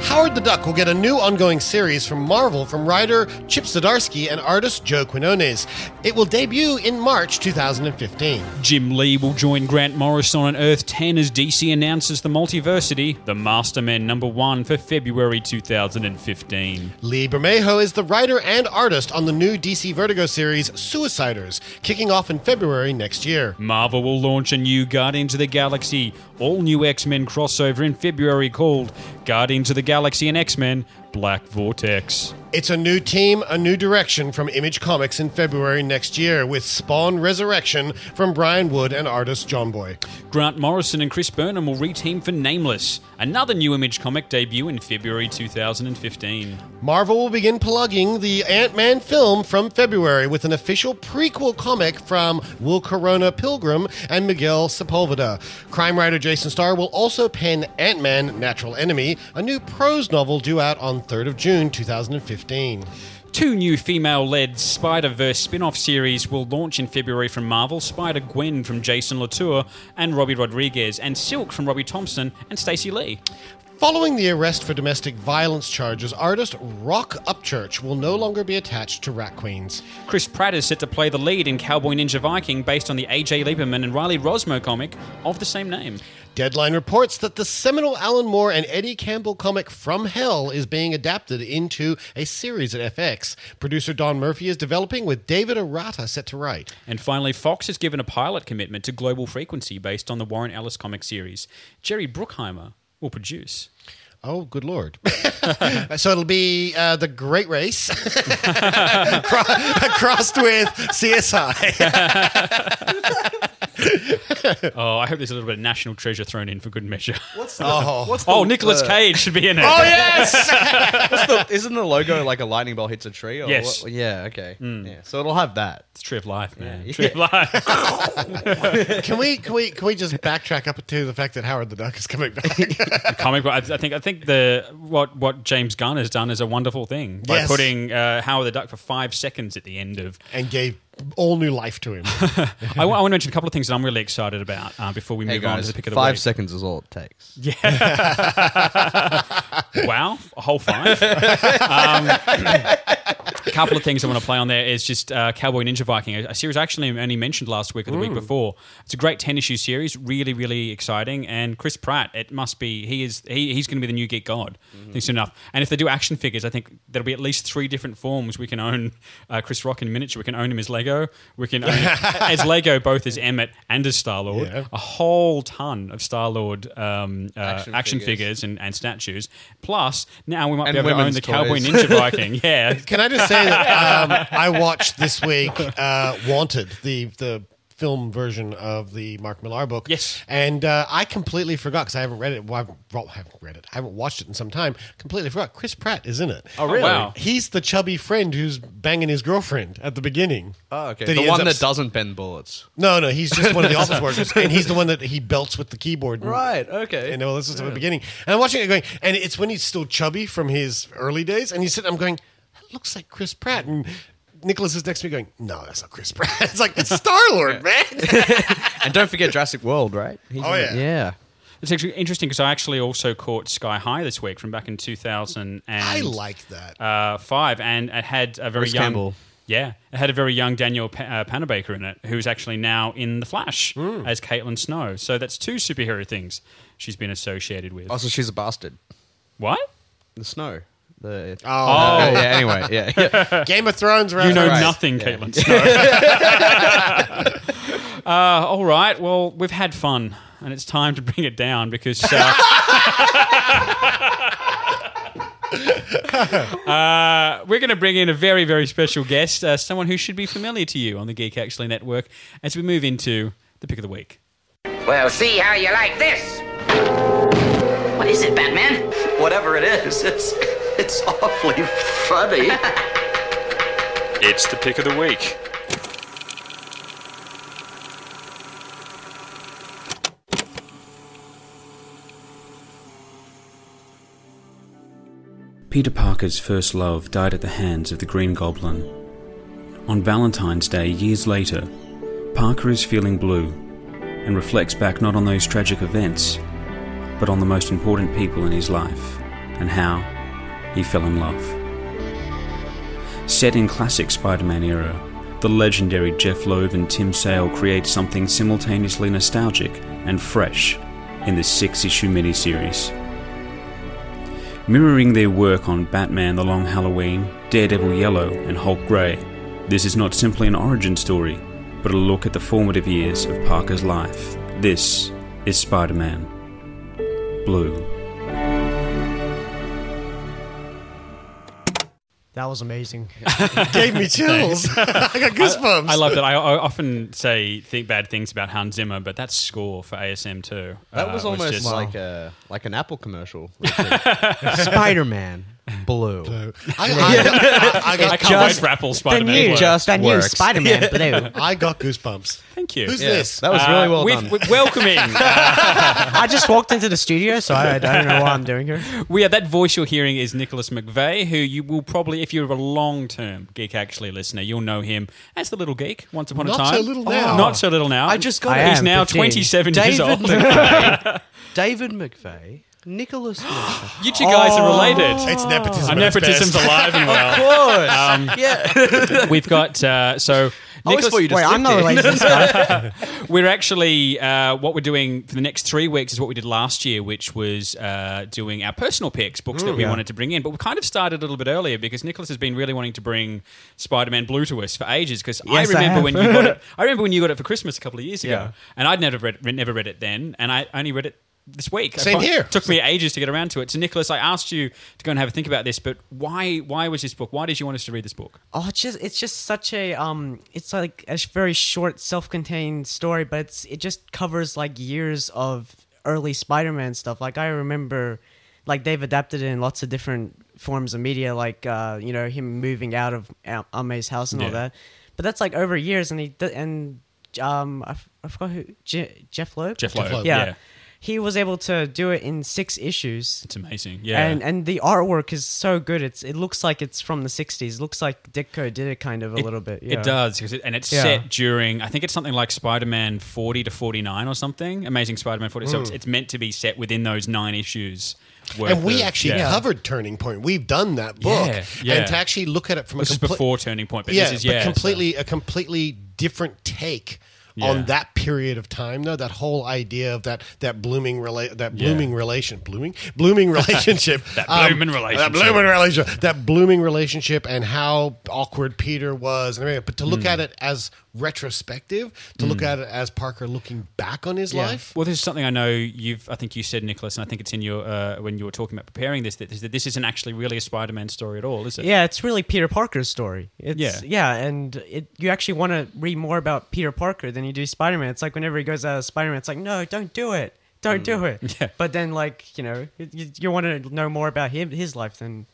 G: Howard the Duck will get a new ongoing series from Marvel from writer Chip Zdarsky and artist Joe Quinones. It will debut in March 2015.
F: Jim Lee will join Grant Morrison on Earth 10 as DC announces the Multiversity, the Masterman number one for February 2015.
G: Lee Bermejo is the writer and artist on the new DC Vertigo series Suiciders, kicking off in February next year.
F: Marvel will launch a new Guardians of the Galaxy, all new X Men crossover in February called Guardians of the Galaxy and X Men Black Vortex.
G: It's a new team, a new direction from Image Comics in February next year with Spawn Resurrection from Brian Wood and artist John Boy.
F: Grant Morrison and Chris Burnham will reteam for Nameless, another new Image comic debut in February 2015.
G: Marvel will begin plugging the Ant Man film from February with an official prequel comic from Will Corona Pilgrim and Miguel Sepulveda. Crime writer Jason Starr will also pen Ant Man Natural Enemy, a new prose novel due out on 3rd of June 2015.
F: Two new female led Spider Verse spin off series will launch in February from Marvel Spider Gwen from Jason Latour and Robbie Rodriguez, and Silk from Robbie Thompson and Stacey Lee.
G: Following the arrest for domestic violence charges, artist Rock Upchurch will no longer be attached to Rat Queens.
F: Chris Pratt is set to play the lead in Cowboy Ninja Viking based on the AJ Lieberman and Riley Rosmo comic of the same name.
G: Deadline reports that the seminal Alan Moore and Eddie Campbell comic From Hell is being adapted into a series at FX. Producer Don Murphy is developing with David Arata set to write.
F: And finally, Fox has given a pilot commitment to Global Frequency based on the Warren Ellis comic series. Jerry Bruckheimer will produce.
G: Oh, good lord. <laughs> so it'll be uh, The Great Race <laughs> cro- crossed with CSI.
F: oh, I hope there's a little bit of National Treasure thrown in for good measure.
H: <laughs> What's
G: the- Oh. what's the-
F: oh, Nicolas Cage should be in it.
H: Oh, yes! What's the- isn't the logo like a lightning bolt hits a tree? Or
F: Yes. Hmm.
H: what- Yeah, okay. Yeah, so it'll have that.
F: It's Tree of Life, man.
H: Yeah.
F: Tree of Life.
G: can we can we can we just backtrack up to the fact that Howard the Duck is coming back? <laughs>
F: comic book. I, I think I think the what what James Gunn has done is a wonderful thing by
G: Yes.
F: putting uh, Howard the Duck for five seconds at the end of.
G: and gave all new life to him.
F: I, want to mention a couple of things that I'm really excited about uh, before we
H: Hey
F: move on to
H: guys,
F: the pick of the
H: five
F: week.
H: seconds is all it takes.
F: Yeah. wow, a whole
H: <laughs>
F: five. Um, a couple of things I want to play on there is just uh, Cowboy Ninja Viking, a, a series I actually only mentioned last week or the week
M: Mm.
F: before. It's a great ten issue series, really, really exciting. And Chris Pratt, it must be he is he, he's going to be the new geek god. I
M: Mm-hmm.
F: think soon enough. And if they do action figures, I think there'll be at least three different forms we can own uh, Chris Rock in miniature. We can own him as Lego.
M: <laughs>
F: We can own <laughs> him as Lego both as Emmett and as Star Lord.
M: Yeah.
F: A whole ton of Star Lord um, uh, action,
M: Action
F: figures,
M: figures.
F: and, and statues. Plus, now we might
G: And
F: be able to own
G: women's
F: the Cowboy
M: <laughs>
G: toys.
F: Ninja Viking. Yeah.
G: Can I just say that um, I watched this week uh, Wanted, the the film version of the Mark Millar book. Yes, and uh, I completely forgot because I haven't read it. Well, I haven't, well, I haven't read it. I haven't watched it in some time. Completely forgot. Chris Pratt is in it.
H: Oh, really? wow.
G: He's the chubby friend who's banging his girlfriend at the beginning.
H: Oh, okay.
G: That he
H: the
G: ends
H: one
G: up
H: that
G: s-
H: doesn't bend bullets.
G: No, no, he's just one
H: <laughs>
G: of the office workers, and he's the one that he belts with the keyboard. and-
H: Right, okay.
G: And all this is at the
H: Yeah.
G: beginning. And I'm watching it going, and it's when he's still chubby from his early days, and he's sitting. I'm going, that looks like Chris Pratt, and Nicholas is next to me going, no, that's not Chris Pratt. <laughs> It's like it's Star Lord, man.
H: <laughs> and don't forget Jurassic World, right? He's
G: Oh,
H: in
G: yeah.
H: it. Yeah.
F: It's actually interesting because I actually also caught Sky High this week from back in 2000 and
G: I like that.
F: uh, five, and it had a very
H: Bruce
F: young
H: Campbell.
F: yeah, it had a very young Daniel pa- uh, Panabaker in it, who's actually now in the Flash as Caitlin Snow. So that's two superhero things she's been associated with.
G: Oh,
H: Also, she's a bastard.
F: What?
H: The snow. The
G: Oh.
H: Uh, <laughs> yeah. Anyway, yeah. yeah.
G: Game of Thrones, right?
F: uh, You <laughs> know
H: Right.
F: nothing,
H: Yeah. <laughs>
F: Caitlin Snow. uh, all right. Well, we've had fun, and it's time to bring it down because. Uh, <laughs> Uh, we're going to bring in a very, very special guest, uh, someone who should be familiar to you on the Geek Actually Network as we move into the pick of the week.
N: Well, see how you like this. What is it, Batman? Whatever it is, it's it's awfully funny.
O: It's the pick of the week.
P: Peter Parker's first love died at the hands of the Green Goblin. On Valentine's Day, years later, Parker is feeling blue and reflects back not on those tragic events, but on the most important people in his life and how he fell in love. Set in classic Spider Man era, the legendary Jeff Loeb and Tim Sale create something simultaneously nostalgic and fresh in this six issue miniseries. Mirroring their work on Batman The Long Halloween, Daredevil Yellow, and Hulk Grey, this is not simply an origin story, but a look at the formative years of Parker's life. This is Spider Man. Blue.
Q: That was amazing.
G: Gave me chills. <laughs> I got goosebumps.
F: I, I love that. I, I often say think bad things about Hans Zimmer, but that score for ASM too.
H: That
F: uh,
H: was almost
F: just-
H: like a like an Apple commercial. Spider Man. Blue.
G: I- I-
F: <laughs>
G: I- I got- I can't wait for Apple Spider-Man
M: The new,
G: Blue.
M: just the new
G: Works.
H: <laughs>
M: Spider-Man
G: Yeah.
M: Blue.
F: <laughs>
G: I got goosebumps.
F: Thank you.
G: Who's this?
F: Uh, we've- we're welcoming.
M: I just walked into the studio, so I, I don't know what I'm doing here.
F: We are that voice you're hearing is Nicholas McVeigh, who you will probably, if you're a long-term geek actually listener, you'll know him as the little geek. Once upon a
H: Not
F: time,
H: so little now.
F: Not so little now.
H: I just got it.
F: He's now 27 years
H: David
F: old.
H: McVeigh- David McVeigh, Nicholas.
F: You two guys are related.
H: It's nepotism
F: Uh,
H: at its
F: nepotism's
H: best.
F: alive and well.
H: Of course.
F: yeah. We've got uh, so.
H: I always
F: Nicholas-
H: thought you just Wait, I'm lived not related to this
F: we're actually uh, what we're doing for the next three weeks is what we did last year, which was uh, doing our personal picks, books that
H: Mm.
F: we
H: Yeah.
F: wanted to bring in. But we kind of started a little bit earlier because Nicholas has been really wanting to bring Spider-Man Blue to us for ages. Because
M: Yes, I
F: I remember
M: have.
F: when you got it. I remember when you got it for Christmas a couple of years ago,
M: Yeah.
F: and I'd never read never read it then, and I only read it. This week, I
G: Same
F: fin-
G: here.
F: Took me ages to get around to it. So, Nicholas, I asked you to go and have a think about this, but why? Why was this book? Why did you want us to read this book?
M: Oh, it's just it's just such a um, it's like a sh- very short, self-contained story, but it's it just covers like years of early Spider-Man stuff. Like I remember, like they've adapted it in lots of different forms of media, like uh, you know him moving out of Aunt Aunt May's house and all
Q: Yeah.
M: that. But that's like over years, and he d- and um, I, f- I forgot who Je- Jeff Loeb.
F: Jeff Loeb, yeah.
M: He was able to do it in six issues. It's
F: amazing, yeah.
M: And and the artwork is so good. It's it looks like it's from the '60s. Looks like Ditko did it kind of a
F: It-
M: little bit. yeah.
F: It does, 'cause it, and it's
M: Yeah.
F: set during. I think it's something like Spider-Man forty to forty-nine or something. Amazing Spider-Man forty. So
G: Mm.
F: it's, it's meant to be set within those nine issues. worth
G: And we
F: of-
G: actually
F: yeah.
G: covered Turning Point. We've done that book,
F: Yeah, yeah.
G: and to actually look at it from
F: This
G: a
F: is
G: complete-
F: before Turning Point, but
G: yeah,
F: this is- yeah,
G: but completely a completely different take.
F: Yeah.
G: On that period of time, though, that whole idea of that that blooming rela- that
F: Yeah.
G: blooming relation blooming blooming relationship
F: <laughs> That
G: um,
F: blooming
G: that
F: relationship.
G: blooming relationship that blooming relationship and how awkward Peter was and everything. But to look
F: Mm.
G: at it as retrospective, to look at it as Parker looking back on his
F: Hmm. Yeah.
G: life,
F: Well, this is something I know you've. I think you said, Nicholas, and I think it's in your uh, when you were talking about preparing this that this, that this isn't actually really a Spider-Man story at all, is it?
M: Yeah, it's really Peter Parker's story. It's,
F: Yeah.
M: yeah, and it you actually want to read more about Peter Parker than you do Spider Man. It's like whenever he goes out of Spider Man, it's like no, don't do it, don't do it. But then, like you know, you- you, you want to know more about him, his life than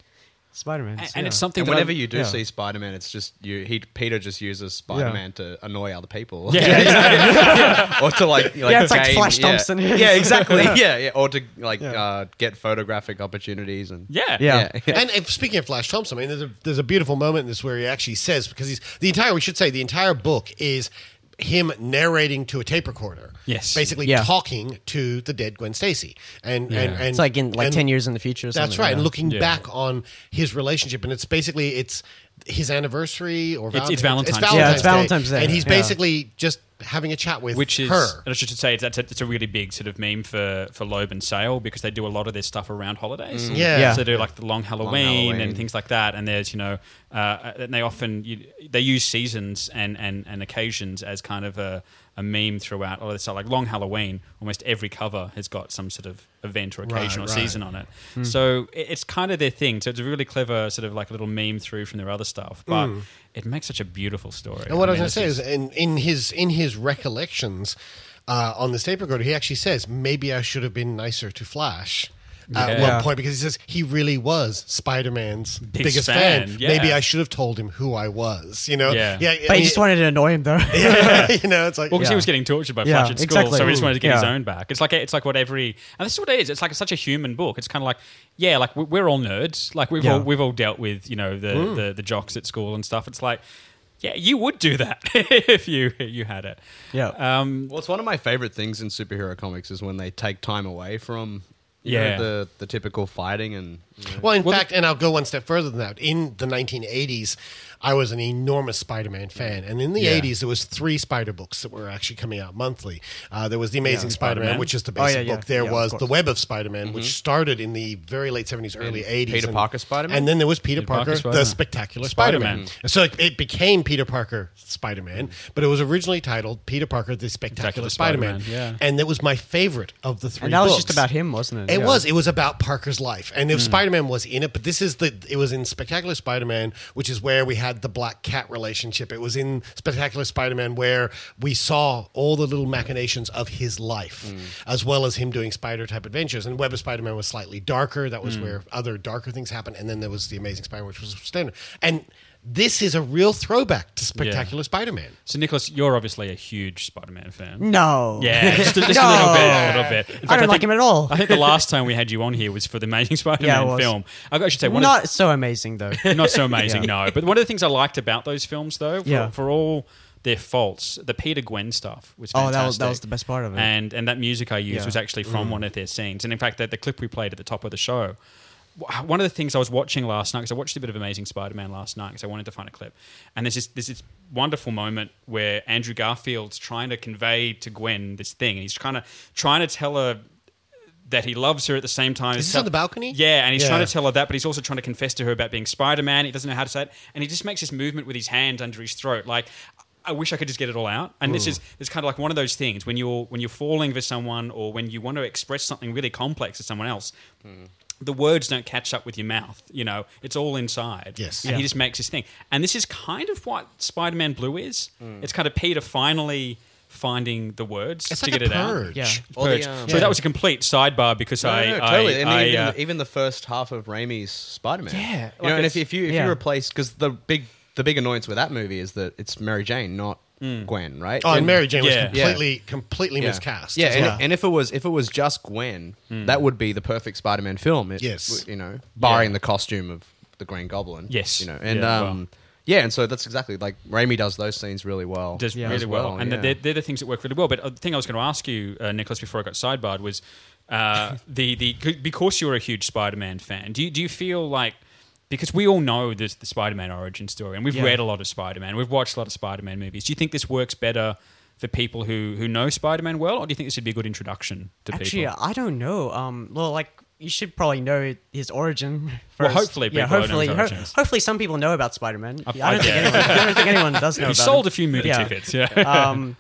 M: Spider Man.
H: And whenever you do see Spider Man, it's just you. He Peter just uses Spider Man to annoy other people.
M: Yeah.
H: <laughs>
M: Yeah, <laughs> yeah.
H: or to like,
M: Yeah,
H: like
M: it's like
H: gain-
M: Flash
H: yeah.
M: Thompson.
H: Yeah,
M: <laughs>
H: exactly. Yeah, yeah. Or to like uh, get photographic opportunities and
G: And if, speaking of Flash Thompson, I mean, there's a, there's a beautiful moment in this where he actually says because he's the entire we should say the entire book is him narrating to a tape recorder.
M: Yes.
G: basically
M: Yeah.
G: talking to the dead Gwen Stacy, and
M: Yeah.
G: and, and
M: It's like in- like
G: and-
M: 10 years in the future or
G: that's
M: something,
G: right,
M: yeah.
G: and looking
M: Yeah.
G: back on his relationship, and it's basically it's his anniversary or
F: It's- it's
G: Valentine's-
F: Valentine's Day. Yeah, it's
M: Valentine's Day,
G: and he's
M: yeah.
G: basically just having a chat with
F: which is
G: her.
F: and I should say it's, that's a, it's a really big sort of meme for for Loeb and Sale because they do a lot of their stuff around holidays.
G: Mm. Yeah. Yeah.
F: so they do like the long Halloween,
G: Halloween.
F: and things like that. And there's you know, uh, and they often you, they use seasons and and and occasions as kind of a a meme throughout. Or so like long Halloween, almost every cover has got some sort of event or
G: Right,
F: occasion or
G: right.
F: season on it.
G: Hmm.
F: So it, it's kind of their thing. So it's a really clever sort of like little meme through from their other stuff, but.
G: Mm.
F: It makes such a beautiful story.
G: And what I was
F: mean,
G: going to
F: it's
G: say
F: just-
G: is, in, in his in his recollections uh, on this tape recorder, he actually says, "Maybe I should have been nicer to Flash." At
F: Yeah.
G: one
F: Yeah.
G: point, because he says he really was Spider Man's biggest, fan.
F: fan, yeah.
G: Maybe I should have told him who I was. You know,
F: Yeah.
G: yeah.
M: But you
G: <laughs>
M: just wanted to annoy him though. <laughs>
G: you know, it's like
F: Well, because he was getting tortured by
M: Yeah,
F: Flash at school,
M: exactly.
F: so he just wanted to get his
M: Yeah.
F: own back. It's like it's like what every and this is what it is. It's like such a human book. It's kind of like yeah, like we- we're all nerds. Like we've
M: Yeah.
F: all we've all dealt with you know the,
M: Mm.
F: the the jocks at school and stuff. It's like yeah, you would do that <laughs> if you you had it.
M: Yeah.
F: Um,
H: well, it's one of my favorite things in superhero comics is when they take time away from you
G: Yeah.
H: know, the the typical fighting and you know.
G: Well, in fact, and I'll go one step further than that. In the 1980s, I was an enormous Spider-Man fan, and in the
H: Yeah.
G: 80s, there was three Spider books that were actually coming out monthly. Uh, there was the Amazing
H: Yeah.
G: Spider-Man,
H: Spider-Man.
G: which is the
H: Oh, yeah,
G: basic
H: yeah.
G: book. There
H: Yeah, of
G: was
H: course.
G: the Web of Spider-Man,
H: Mhm.
G: which started in the very late 70s, early
H: And
G: 80s.
H: Peter
G: and-
H: Parker Spider-Man?
G: and then there was Peter,
H: Peter Parker
G: Parker, the
H: Spider-Man.
G: Spectacular Spider-Man.
H: Spider-Man. Mm.
G: And So it, it became Peter Parker Spider-Man, but it was originally titled Peter Parker the
M: Spectacular
G: Spectacular, Spider-Man.
M: Spider-Man,
G: and that was my favorite of the three.
M: and that was
G: books.
M: just about him, wasn't it?
G: It
M: Yeah.
G: was. It was about Parker's life, and if
M: Mm.
H: Hmm.
G: Spider Spider-Man was in it, but this is the it was in Spectacular Spider-Man, which is where we had the Black Cat relationship. It was in Spectacular Spider-Man where we saw all the little machinations of his life,
H: Hmm.
G: as well as him doing spider type adventures. And Web of Spider-Man was slightly darker. That was
H: Hmm.
Q: Mm.
G: where other darker things happened, and then there was the Amazing Spider, which was standard. And this is a real throwback to Spectacular Spider-Man.
F: So, Nicholas, you're obviously a huge Spider-Man fan.
G: No.
F: Yeah, just, a- just a
G: No.
M: <laughs>
F: little bit, a little bit. In
M: I don't like him at all.
F: I think the last time we had you on here was for
M: <laughs>
F: the Amazing Spider-Man
M: was.
F: film. I should say one
M: not
F: of,
M: so amazing though.
F: <laughs> not so amazing,
M: Yeah.
F: no. But one of the things I liked about those films, though, for,
M: Yeah.
F: for all their faults, the Peter Gwen stuff was
M: Oh,
F: fantastic.
M: that was- that was the best part of it.
F: And and that music I used
M: Yeah.
F: was actually from
M: Mm.
F: one of their scenes. And in fact, the, the clip we played at the top of the show. w- One of the things I was watching last night because I watched a bit of Amazing Spider-Man last night because I wanted to find a clip, and there's this there's this wonderful moment where Andrew Garfield's trying to convey to Gwen this thing, and he's kind of trying to tell her that he loves her at the same time.
G: Is
F: as
G: this
F: tell-
G: on the balcony?
F: Yeah, and he's
G: Yeah.
F: trying to tell her that, but he's also trying to confess to her about being Spider Man. He doesn't know how to say it, and he just makes this movement with his hand under his throat, like. I wish I could just get it all out, and this
R: Mm.
F: is it's kind of like one of those things when you're when you're falling for someone, or when you want to express something really complex to someone else. The words don't catch up with your mouth, you know. It's all inside.
G: Yes.
F: and
G: Yeah.
F: he just makes his thing, and this is kind of what Spider-Man Blue is.
R: Mm.
F: It's kind of Peter finally finding the words
R: It's
F: to
R: like a
F: get it out.
R: purge. Yeah.
H: Or the,
F: Purge.
H: um,
F: so
H: Yeah.
F: that was a complete sidebar because I,
H: no, no, totally.
F: I,
H: and
F: I,
H: even,
F: uh,
H: the- even the first half of Raimi's Spider-Man.
F: Yeah,
H: You
F: like
H: know, and
F: it's-
H: if, if you if
F: yeah.
H: you replace because the big the big annoyance with that movie is that it's Mary Jane, not
F: Mm.
H: Gwen, right?
G: Oh, and Mary Jane was
H: Yeah.
G: completely- completely
H: Yeah.
G: miscast
H: Yeah,
G: as
H: and,
G: well.
H: and if it was if it was just Gwen,
G: Mm.
H: that would be the perfect Spider-Man film. It,
G: Yes.
H: you know, barring the costume of the Green Goblin.
F: Yes.
H: you know, and
F: Yeah,
H: um. Yeah, and so that's exactly like Raimi does those scenes really well.
F: does
H: as
F: really well, and
H: yeah.
F: they're, they're the things that work really well. But uh, the thing I was going to ask you, uh, Nicholas, before I got sidebarred was
M: <laughs>
F: uh, the the c- because you're a huge Spider-Man fan. Do you, do you feel like because we all know this, the Spider-Man origin story, and we've
R: Yeah.
F: read a lot of Spider-Man, we've watched a lot of Spider-Man movies. Do you think this works better for people who who know Spider-Man well, or do you think this would be a good introduction to
M: Actually, uh,
F: people?
M: I don't know. Um, well, like you should probably know his origin. <laughs>
F: Well,
M: First.
F: hopefully
M: yeah,
F: people know his
M: hopefully, ho-
F: origins.
M: hopefully, some people know about Spider-Man.
F: I-
M: Yeah, <laughs> I, don't
F: I-
M: think
F: yeah.
M: anyone, I don't think anyone does know.
F: You
M: about
F: sold
M: him.
F: a few movie tickets, yeah.
M: um,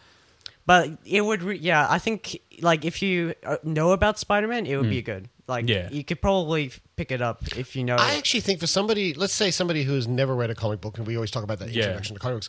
M: but it would, re- yeah. I think like if you uh, know about Spider-Man, it would
G: Mm.
M: be good. Like,
G: Yeah.
M: you could probably f- pick it up if you know.
G: I actually think for somebody, let's say somebody who's never read a comic book, and we always talk about that
F: Yeah.
G: introduction to comics,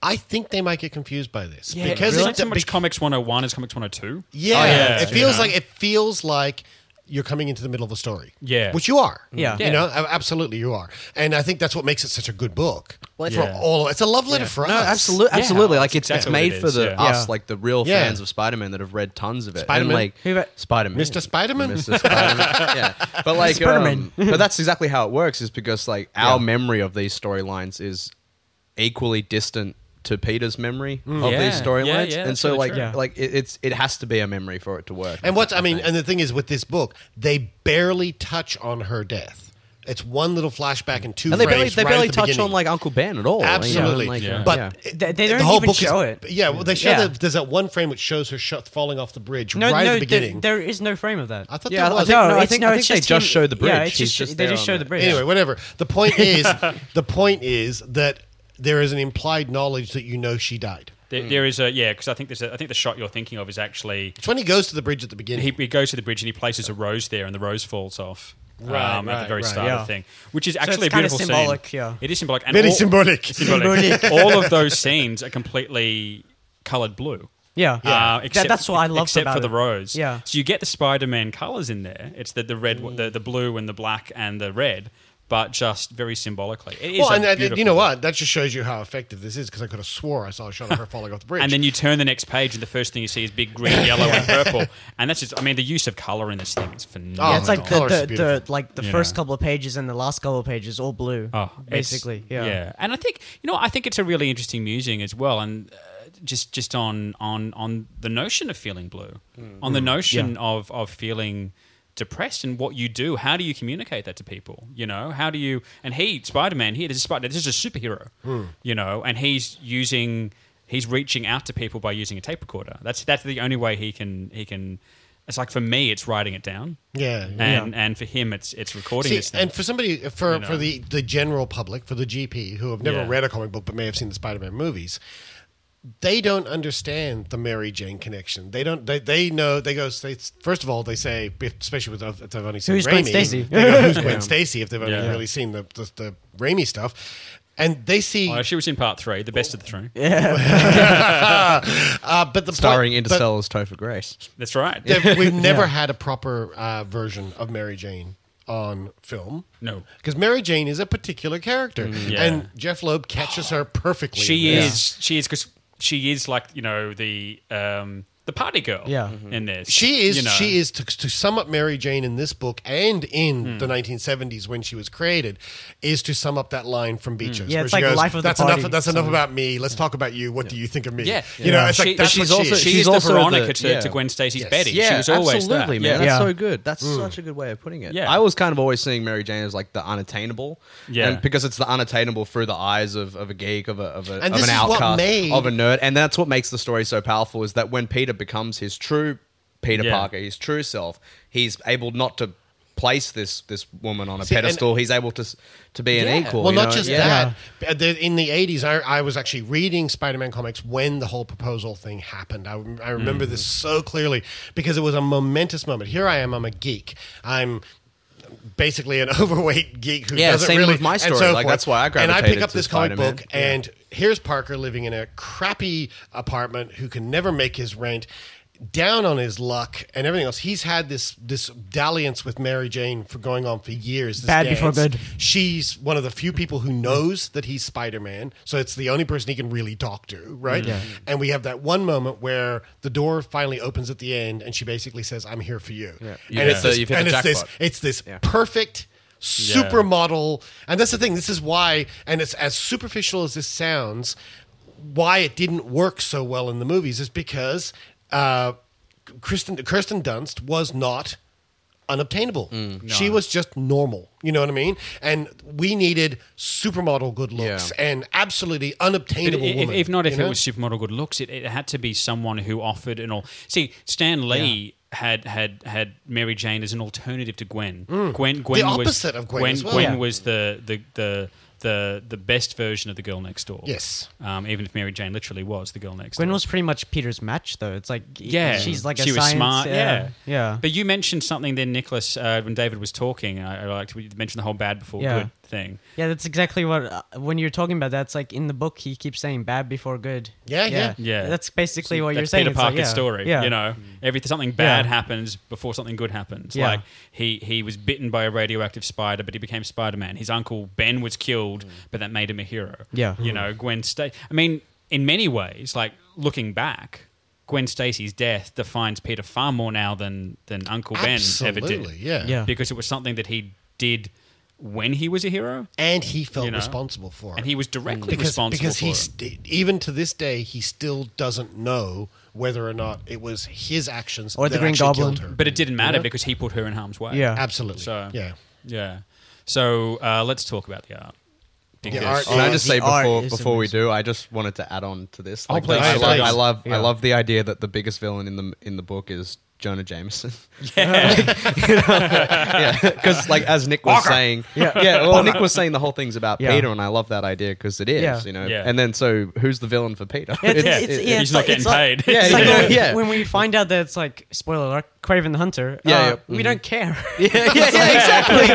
G: I think they might get confused by this
F: yeah,
G: because
F: because
G: it-
F: it's not so
G: be-
F: much Comics 101 as Comics 102.
G: yeah, it feels
F: you know?
G: like it feels like you're coming into the middle of a story.
F: Yeah.
G: which you are.
F: Yeah.
G: you
F: Yeah.
G: know, a- absolutely you are, and I think that's what makes it such a good book.
H: Well,
G: for
H: yeah.
G: all, it's a love letter
H: Yeah.
G: for
H: No,
G: us.
H: absolutely, Oh, absolutely. Like it's,
G: That's
H: it's
G: what it
H: made for
G: is,
H: the
G: yeah.
H: us,
G: Yeah.
H: like the real
G: Yeah.
H: fans of Spider-Man that have read tons of it.
G: Spider-Man?
H: and like Spider-Man,
G: Mr. Spider-Man? <laughs>
H: Mr. Spider-Man. yeah, but like,
G: Spider-Man.
H: um, but that's exactly how it works. Is because like our memory of these storylines is equally distant to Peter's memory
G: Mm.
H: of
G: Yeah.
H: these
G: Yeah,
H: storylines,
G: yeah,
H: and
G: that's
H: so
G: really
H: like,
G: true. Yeah.
H: like it, it's it has to be a memory for it to work.
G: And what's I mean, and the thing is with this book, they barely touch on her death. It's one little flashback and two.
H: And they
G: frames
H: barely, they
G: right
H: barely
G: at the
H: touch
G: beginning.
H: on like Uncle Ben at all. you know, and,
G: Absolutely,
H: like, uh,
G: but
H: yeah.
G: it-
M: They- they don't
G: the whole
M: even
G: book
M: show
G: is,
M: it.
G: Yeah, well, they show
M: Yeah.
G: that there's that one frame which shows her shot falling off the bridge
M: No,
G: right
M: no,
G: at the
M: there-
G: beginning.
M: there is no frame of that.
G: I thought
M: yeah,
G: there
M: I
G: was.
M: think- no,
G: I
M: it's-
G: think-
M: no,
G: I
M: it's
G: think they
M: just
G: just
M: him-
G: showed the
M: Yeah,
G: bridge.
M: it's
G: He's
M: just,
G: just
M: they
G: there
M: just
G: on
M: show
G: the-
M: the bridge.
G: Anyway, whatever. The
M: <laughs>
G: point is, the point is that there is an implied knowledge that you know she died.
F: There, there is a yeah, because I think there's a, I think the shot you're thinking of is actually
G: it's when he goes to the bridge at the beginning.
F: He, he goes to the bridge and he places a rose there, and the rose falls off. um,
G: Right,
F: at the
G: right,
F: very
G: right.
F: start
G: Yeah.
F: of the thing, which is
G: So
F: actually
G: it's
F: a
G: kinda
F: beautiful
G: symbolic,
F: scene.
G: yeah.
F: It is symbolic.
G: Very symbolic.
F: <laughs> symbolic.
G: Symbolic.
F: all of those scenes are completely coloured blue.
M: Yeah.
F: Uh,
M: Yeah.
F: except,
M: That- that's what I loved
F: Except
M: about
F: for the
M: it.
F: rose.
M: Yeah.
F: So you get the Spider-Man colours in there. It's the the red, the, the blue, and the black, and the red, but just very symbolically. It is
G: <laughs> Well,
F: a
G: and that,
F: beautiful-
G: you know what? That just shows you how effective this is because I could have swore I saw a shot of her falling off the bridge.
F: And then you turn the next page, and the first thing you see is big green, yellow, and purple. And that's just—I mean, the use of color in this thing is phenomenal.
H: Oh,
M: yeah, it's like the, the, the like the
F: You
M: first
F: know.
M: couple of pages and the last couple of pages all blue,
F: Oh,
G: Oh,
F: It's-
M: basically. Yeah.
F: and I think you know, I think it's a really interesting musing as well, and uh, just just on on on the notion of feeling blue,
R: Mm.
F: on the
R: Mm.
F: notion
R: Yeah.
F: of of feeling depressed and what you do how do you communicate that to people you know how do you and he spider-man here this is spider this is a superhero
R: Mm.
F: you know and he's using he's reaching out to people by using a tape recorder that's that's the only way he can he can it's like for me it's writing it down
G: Yeah,
F: and
G: yeah.
F: and for him it's it's recording
G: See,
F: this thing
G: And for somebody, for,
F: You know.
G: for the, the general public, for the GP who have never
F: Yeah.
G: read a comic book but may have seen the Spider Man movies, they don't understand the Mary Jane connection. They don't. They, they know. They go. They, first of all, they say, especially with if they've only seen
M: Who's Gwen
G: Raimi,
M: Stacy?
G: They go, Who's
M: <laughs>
G: Gwen
F: Yeah.
G: Stacy? If they've only
F: Yeah.
G: really seen the the, the Raimi stuff, and they see.
F: Oh, she was in part three, the best of the three.
G: uh, but the
H: Starring
G: point- but-
H: Interstellar's Topher Grace.
F: That's right.
M: <laughs>
G: They've- We've never
F: Yeah.
G: had a proper uh, version of Mary Jane on film.
F: No.
G: Because Mary Jane is a particular character.
F: Mm, yeah.
G: And Jeff Loeb catches her perfectly.
F: She
G: in this.
F: is. She is because she is like you know the um the party girl.
G: Yeah.
F: in this
G: Mm-hmm. She is.
F: you know.
G: She is to, to sum up Mary Jane in this book and in
F: Hmm.
G: the 1970s when she was created, is to sum up that line from
F: Hmm.
G: Beaches.
M: Yeah,
G: where
M: it's
G: she
M: like
G: goes,
M: life of the
G: That's
M: party,"
G: enough. That's enough
M: something.
G: about me. Let's talk about you. What do you think of me?
F: Yeah.
G: you know,
F: Yeah.
G: it's like
F: She-
G: that's
F: she's
G: what
F: also-
G: she
F: she
G: is.
F: is the She's also Veronica the- to- yeah. to Gwen Stacy's Betty. She was always that.
H: absolutely, man.
F: Yeah.
H: That's
F: Yeah.
H: so good. That's
F: Mm.
H: such a good way of putting it.
F: Yeah.
H: I was kind of always seeing Mary Jane as like the unattainable.
F: Yeah.
H: And because it's the unattainable through the eyes of, of a geek, of, a, of, a,
G: And
H: of
G: this
H: an
G: is what
H: outcast,
G: made-
H: of a nerd. And that's what makes the story so powerful is that when Peter becomes his true Peter
F: Yeah.
H: Parker, his true self, he's able not to place this this woman on a
G: See, and-
H: pedestal. he's able to s- to be an equal.
G: Well,
H: you
G: not
H: know?
G: just
H: Yeah.
G: that. Uh, the- In the 80s, I, I was actually reading Spider Man comics when the whole proposal thing happened. I, rem- I remember
C: Mhm.
G: this
H: Mm.
G: so clearly because it was a momentous moment. Here I am, I'm a geek. I'm basically an <laughs> overweight geek who
H: Yeah,
G: doesn't
H: same
G: really
H: with my
G: and
H: story.
G: so
H: Like,
G: forth.
H: that's why I
G: and I pick
H: gravitated
G: up
H: to
G: this comic
H: Spider-Man.
G: book
H: Yeah.
G: and here's Parker living in a crappy apartment who can never make his rent, down on his luck and everything else. He's had this this dalliance with Mary Jane for going on for years. This
M: Bad before
G: dance.
M: good.
G: She's one of the few people who knows that he's Spider Man, so it's the only person he can really talk to, right?
M: Yeah.
G: And we have that one moment where the door finally opens at the end, and she basically says, "I'm here for you."
H: You've
G: And
H: hit
G: it's
H: the-
G: this,
H: you've hit
G: and
H: the
G: it's this,
H: jackpot.
G: it's this
H: Yeah.
G: perfect
H: Yeah.
G: supermodel, and that's the thing. This is why, and it's as superficial as this sounds, why it didn't work so well in the movies is because uh, Kristen Kirsten Dunst was not unobtainable.
H: Mm,
G: She was just normal. You know what I mean? And we needed supermodel good looks and absolutely
F: But
G: unobtainable
F: i- if,
G: women.
F: if not,
G: you
F: if
G: know?
F: it was supermodel good looks, it, it had to be someone who offered an all. See, Stan Lee had had had Mary Jane as an alternative to Gwen.
G: Mm.
F: Gwen, Gwen
G: The
F: was,
G: opposite of Gwen as well.
F: Gwen
G: Yeah.
F: was the the the. The, the best version of the girl next door.
M: Yes.
F: Um, even if Mary Jane literally was the girl next door.
M: Gwen was pretty much Peter's match, though. It's like
F: Yeah,
M: she's like a
F: she was
M: science-
F: smart. Yeah.
M: yeah.
F: But you mentioned something then, Nicholas, uh, when David was talking. I, I liked we mentioned the whole bad before
M: Yeah.
F: good thing.
M: Yeah, that's exactly what uh, when you're talking about that's like in the book he keeps saying bad before good.
F: yeah.
M: That's basically
F: So
M: what you're
F: that's
M: saying.
F: Peter
M: It's like,
F: Parker's
M: yeah,
F: story.
M: Yeah.
F: You know, everything something bad happens before something good happens.
M: Yeah.
F: Like he he was bitten by a radioactive spider, but he became Spider Man. His uncle Ben was killed, but that made him a hero.
M: Yeah.
F: You
M: Mm.
F: know, Gwen Stacy. I mean, in many ways, like looking back. Gwen Stacy's death defines Peter far more now than than Uncle Ben ever
G: Absolutely,
F: did.
G: yeah. Yeah.
F: Because it was something that he did when he was a hero,
G: and he felt
F: you know?
G: responsible for it.
F: And he was directly
G: because,
F: responsible
G: because
F: for
G: he
F: it.
G: st- even to this day he still doesn't know whether or not it was his actions
M: Or the
G: that
M: Green
G: actually
M: Goblin.
G: killed her.
F: But it didn't matter
G: You know?
F: because he put her in harm's way.
M: Yeah.
G: Absolutely.
F: So
G: Yeah.
F: yeah. So uh, let's talk about the art. Because-
H: Can I just say before before we do, I just wanted to add on to this.
F: Oh,
H: Like,
F: please,
H: I,
F: please.
H: love, I love
F: Yeah.
H: I love the idea that the biggest villain in the in the book is Jonah
M: <laughs>
H: Jameson.
F: Yeah.
H: Like, you know, yeah, <laughs> because like as Nick was
F: Walker.
H: saying,
F: Yeah.
H: yeah, Well,
F: Walker.
H: Nick was saying the whole thing's about
F: Yeah.
H: Peter, and I love that idea because it is,
M: Yeah.
H: you know.
M: Yeah.
H: And then so who's the villain for Peter? <laughs>
M: It's, it's, it's, yeah, it's like, it's like-
F: <laughs>
H: yeah,
M: it's like
H: yeah,
M: when-
H: yeah.
M: When we find out that it's like spoiler alert, Craven the Hunter.
H: Yeah,
M: uh,
H: yeah. Mm-hmm.
M: we don't care.
H: Yeah,
M: <laughs>
H: yeah, yeah, exactly.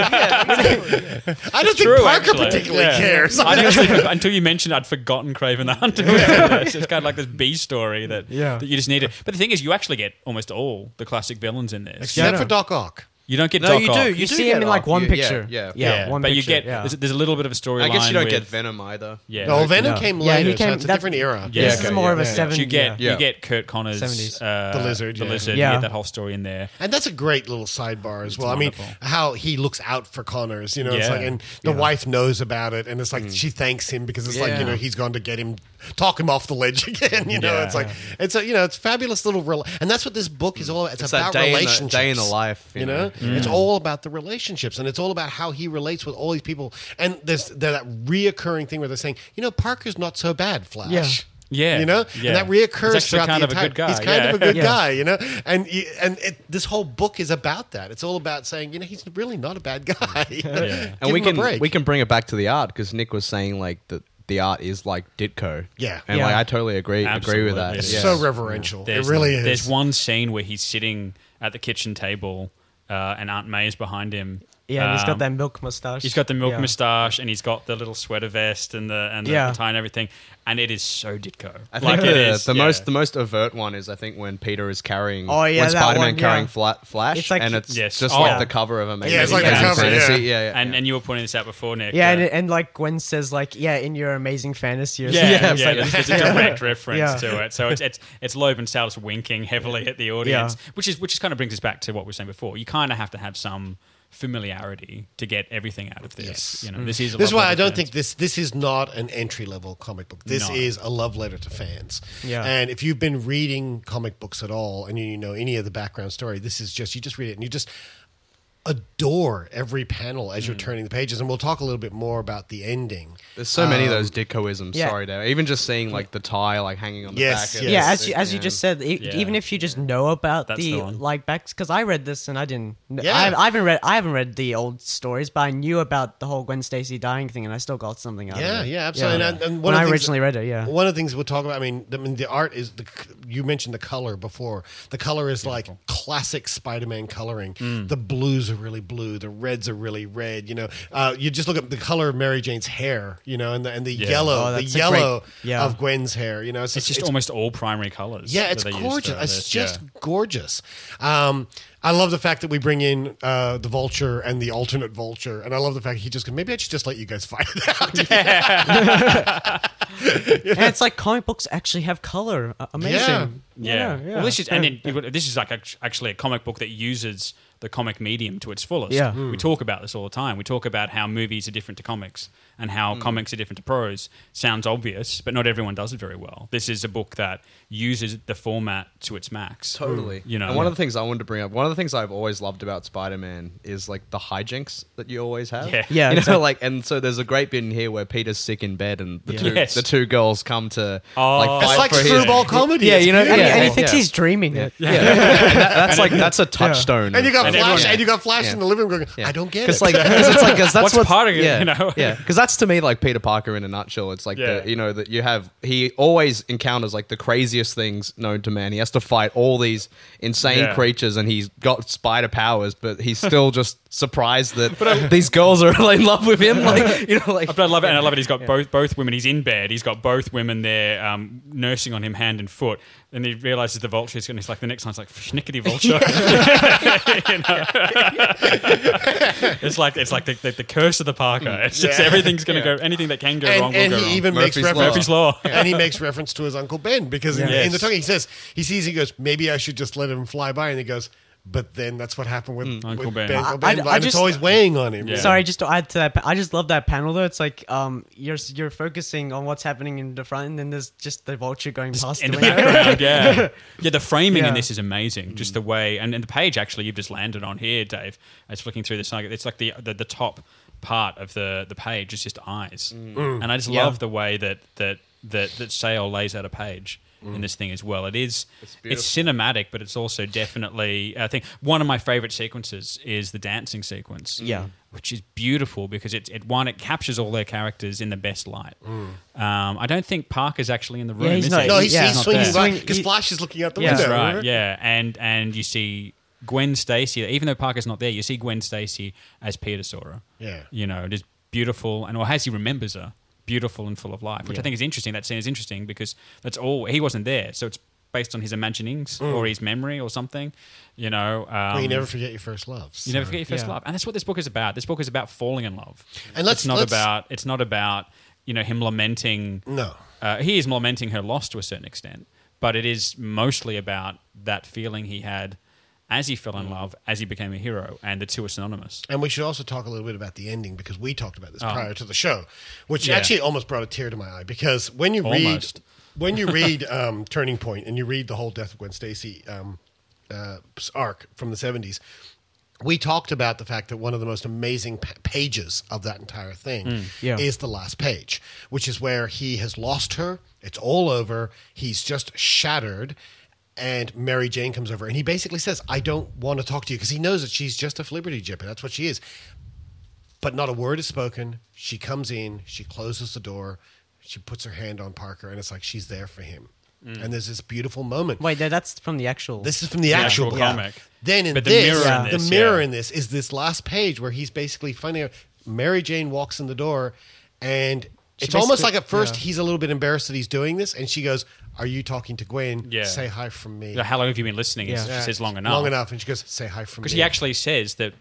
G: I don't think
F: True,
G: Parker
F: actually.
G: particularly
F: Yeah.
G: cares.
F: I'd actually- until you mentioned, I'd forgotten Craven the Hunter. <laughs> it's just kind of like this B story that,
G: Yeah.
F: that you just needed. But the thing is, you actually get almost all the classic villains in this,
G: Except for Doc Ock.
F: You don't get
H: No,
F: Doc
H: you do.
F: Ock.
H: You You do see him get in, like, Ock. one You- yeah, picture. yeah. Yeah, one
F: but you
H: picture,
F: get
H: yeah.
F: there's, there's a little bit of a storyline.
H: I guess you don't
F: with-
H: get Venom either.
F: Yeah,
G: No, Oh, Venom No. came Yeah, he later, so came- it's a that- different era. Yeah, This is okay, more yeah, of a yeah, yeah.
F: You
G: seven-
F: get
G: yeah.
F: you get Kurt Connors,
G: 70s.
F: uh,
G: The Lizard,
F: the
G: yeah.
F: lizard.
G: Yeah.
F: You get that whole story in there.
G: And that's a great little sidebar as
F: It's
G: well. I mean,
F: wonderful.
G: how he looks out for Connors, you know, it's
F: Yeah.
G: like, and the
F: Yeah. Mm.
G: wife knows about it, and it's like she thanks him because it's like, you
F: Yeah.
G: know, he's gone to get him, talk him off the ledge <laughs> again, you know,
H: Yeah.
G: it's like, it's a, you know, it's fabulous little, rela- and that's what this book is all about. It's,
H: It's that
G: about
H: day in the-
G: relationships.
H: day in the life, you
G: you know,
H: know? Mm.
G: it's all about the relationships, and it's all about how he relates with all these people. And there's, there's that reoccurring thing where they're saying, you know, Parker's not so bad, Flash.
F: Yeah. Yeah.
G: you know,
F: Yeah.
G: and that reoccurs
F: He's actually
G: throughout
F: kind
G: the
F: of a
G: entire.
F: good guy,
G: He's kind
F: yeah.
G: of a good
F: Yeah.
G: guy, you know, and you, and it, this whole book is about that. It's all about saying, you know, he's really not a bad guy. you know? <laughs> Give
H: and we
G: him a
H: can
G: break.
H: we can bring it back to the art because Nick was saying like that the art is like Ditko.
G: Yeah.
H: and
G: Yeah.
H: like I totally agree agree
F: Absolutely.
H: with that.
G: It's
H: Yeah.
G: so reverential.
F: There's-
G: it really is.
F: There's one scene where he's sitting at the kitchen table, uh, and Aunt May is behind him.
M: Yeah, and he's got
F: Um,
M: that milk mustache.
F: He's got the milk
M: Yeah.
F: mustache, and he's got the little sweater vest and the and the
M: Yeah.
F: tie and everything, and it is so Ditko.
H: I think the,
F: it is
H: the
F: yeah.
H: most the most overt one is I think when Peter is carrying
F: Oh, yeah,
H: when
F: that
H: Spider Man
F: one,
H: carrying
F: yeah.
H: Fla- Flash
F: It's like-
H: and it's
F: Yes.
H: just
F: Oh.
H: like the cover of a magazine. Fantasy. yeah, yeah.
F: And and you were pointing this out before, Nick.
M: Yeah,
F: uh,
M: and, and like Gwen says, like, yeah, in your amazing fantasy or
F: Yeah,
M: something.
F: yeah,
M: It's
F: yeah,
M: like-
F: It's, it's a
M: <laughs> Yeah.
F: direct reference
M: Yeah.
F: to it. So it's it's it's Loeb and Sal's winking heavily at the audience, which is which is kind of brings us back to what we were saying before. You kind of have to have some familiarity to get everything out of this. You know, this is a
G: this is
F: love
G: why I
F: letter
G: don't
F: to
G: think this this is not an entry level comic book. This
F: No.
G: is a love letter to fans.
F: Yeah.
G: And if you've been reading comic books at all and you, you know any of the background story, this is just you just read it and you just adore every panel as you're turning the pages. And we'll talk a little bit more about the ending.
H: There's so many of
G: Um,
H: those Ditkoisms.
G: yeah.
H: Sorry, Dave. Even just seeing like the tie like hanging on the
G: Yes,
H: back.
G: yes.
M: yeah, as you, as you just said, e
H: Yeah.
M: even if you just know about
H: That's
M: the,
H: the one.
M: like backs, because I read this and I didn't.
H: Yeah.
M: Yeah. I, I haven't read I haven't read the old stories, but I knew about the whole Gwen Stacy dying thing, and I still got something out
G: Yeah,
M: of it.
G: yeah, absolutely. And, and
M: when
G: one of
M: I
G: the things-
M: originally read it, yeah,
G: One of the things we'll talk about. I mean, I mean, the art is the. c- You mentioned the color before. The color is like classic Spider-Man coloring.
F: Mm.
G: The blues are really blue. The reds are really red. You know, uh, you just look at the color of Mary Jane's hair. You know, and the and the
F: Yeah.
G: yellow,
F: Oh,
G: the
F: that's a
G: yellow
F: great- yeah.
G: of Gwen's hair. You know,
F: It's just almost all primary colors.
G: Yeah,
F: that
G: it's
F: they used
G: gorgeous.
F: throughout
G: It's
F: this,
G: just
F: yeah.
G: gorgeous. Um, I love the fact that we bring in uh, the vulture and the alternate vulture, and I love the fact he just go, maybe I should just let you guys <laughs> fight it out.
M: and it's like comic books actually have color. Uh, amazing.
F: Yeah.
M: yeah.
F: Well, this is,
G: Mm.
M: yeah.
F: and then you've got- this is like act- actually a comic book that uses the comic medium to its fullest.
M: Yeah.
F: We
M: Mm.
F: talk about this all the time. We talk about how movies are different to comics and how
M: Mm.
F: comics are different to prose. Sounds obvious, but not everyone does it very well. This is a book that uses the format to its max.
H: Totally.
F: You know,
H: and one of the things I wanted to bring up, one of the things I've always loved about Spider Man is like the hijinks that you always have.
F: Yeah. Yeah,
H: You know,
F: exactly.
H: like, and so there's a great bit in here where Peter's sick in bed and the,
F: Yeah.
H: two,
F: Yes.
H: the two girls come to
F: Oh.
H: like
F: It's
H: fight
F: like
H: for his-
F: screwball comedy.
H: Yeah,
F: It's
H: you know,
F: beautiful.
H: yeah,
M: And he
H: yeah.
M: thinks
H: yeah.
M: he's dreaming it.
H: Yeah. <laughs> And that- that's like that's a touchstone.
G: And you got
H: And
G: Flash,
H: everyone-
G: and you got Flash
H: Yeah.
G: in the living room. Going, I don't get it.
H: Because like, cause it's like, 'cause
F: <laughs>
H: that's
F: What's
H: what's-
F: part of it,
H: yeah,
F: you know?
H: yeah, because that's to me like Peter Parker in a nutshell. It's like
F: Yeah.
H: the, you know that you have he always encounters like the craziest things known to man. He has to fight all these insane
F: Yeah.
H: creatures, and he's got spider powers, but
F: <laughs>
H: he's still just surprised that these girls are <laughs> really in love with him. Like you know, like
F: But I love it, and I love it. He's got
H: Yeah.
F: both both women. He's in bed. He's got both women there, um, nursing on him hand and foot. And he realizes the vulture is going. He's like the next line's like schnickety
G: <laughs>
F: vulture. <laughs> You know? it's like it's like the, the, the curse of the Parker. It's just
G: Yeah.
F: everything's going to
G: Yeah.
F: go. Anything that can go
G: and,
F: wrong
G: and
F: will
G: he
F: go wrong.
G: even makes reference,
F: Murphy's law.
G: <laughs> and he makes reference to his uncle Ben because in,
F: Yeah.
G: in the
F: Yes.
G: talking he says he sees he goes maybe I should just let him fly by and he goes but then that's what happened with
F: Hmm. Uncle
G: with
F: Ben.
G: ben,
F: I-
G: Uncle ben
M: I- I
G: and it's
M: just-
G: always weighing on him.
M: Sorry, just to add to that, pa- I just love that panel though. It's like um, you're you're focusing on what's happening in the front, and then there's just the vulture going past
F: in
M: the
F: the
M: window.
F: background. yeah, yeah. The framing
M: Yeah.
F: in this is amazing. Just the way, and, and the page actually you've just landed on here, Dave. As flicking through this, like, it's like the, the the top part of the the page is just eyes,
D: Mm.
F: and I just
D: Yeah.
F: love the way that that that that Sale lays out a page. In this thing as well, it is it's, cinematic, but it's also definitely I think one of my favorite sequences is the dancing sequence,
M: Yeah.
F: which is beautiful because it, it one it captures all their characters in the best light.
G: Mm.
F: Um, I don't think Parker's actually in the room.
M: Yeah, he's
F: is
M: not-
F: he?
M: No, he's- yeah.
G: he's swinging
F: there.
G: by- 'cause He- Flash is looking out the
F: That's
G: window,
F: right.
G: remember?
F: Yeah, and and you see Gwen Stacy. Even though Parker's not there, you see Gwen Stacy as Peter saw her.
G: Yeah.
F: you know, just beautiful, and or as he remembers her, beautiful and full of life, which
D: Yeah.
F: I think is interesting. That scene is interesting because that's all he wasn't there, so it's based on his imaginings
G: Mm.
F: or his memory or something. You know, um,
G: Well, you never forget your first love.
F: you never
G: so-
F: forget your first
G: Yeah.
F: love, and that's what this book is about. This book is about falling in love,
G: And let's-
F: it's not
G: let's-
F: about it's not about you know him lamenting.
G: No.
F: uh, he is lamenting her loss to a certain extent, but it is mostly about that feeling he had as he
G: Mm.
F: fell in love, as he became a hero, and the two are synonymous.
G: And we should also talk a little bit about the ending because we talked about this
F: Oh.
G: prior to the show, which
F: Yeah.
G: actually almost brought a tear to my eye because when you
F: Almost.
G: read when you read um, Turning Point and you read the whole Death of Gwen Stacy um, uh, arc from the seventies. We talked about the fact that one of the most amazing pa- pages of that entire thing
M: Mm, yeah.
G: is the last page, which is where he has lost her. It's all over. He's just shattered. And Mary Jane comes over and he basically says, I don't want to talk to you because he knows that she's just a flibberty jipper. That's what she is. But not a word is spoken. She comes in, she closes the door, She puts her hand on Parker, and it's like she's there for him. And there's this beautiful moment.
M: Wait, no, that's from the actual.
G: This is from the, actual, book. Then in
M: But the
G: this,
M: mirror in
G: the
M: this,
G: mirror
M: yeah.
G: in this is this last page where he's basically finding out Mary Jane walks in the door, and
Q: She
G: it's almost like
Q: basically-
G: at first
Q: yeah.
G: he's a little bit embarrassed that he's doing this, and she goes, "Are you talking to Gwen?
F: Yeah.
G: Say hi from me."
F: Yeah, how long have you been listening? And
G: Yeah.
F: She says long enough.
G: Long enough, and she goes, "Say hi from me."
F: Because he actually says that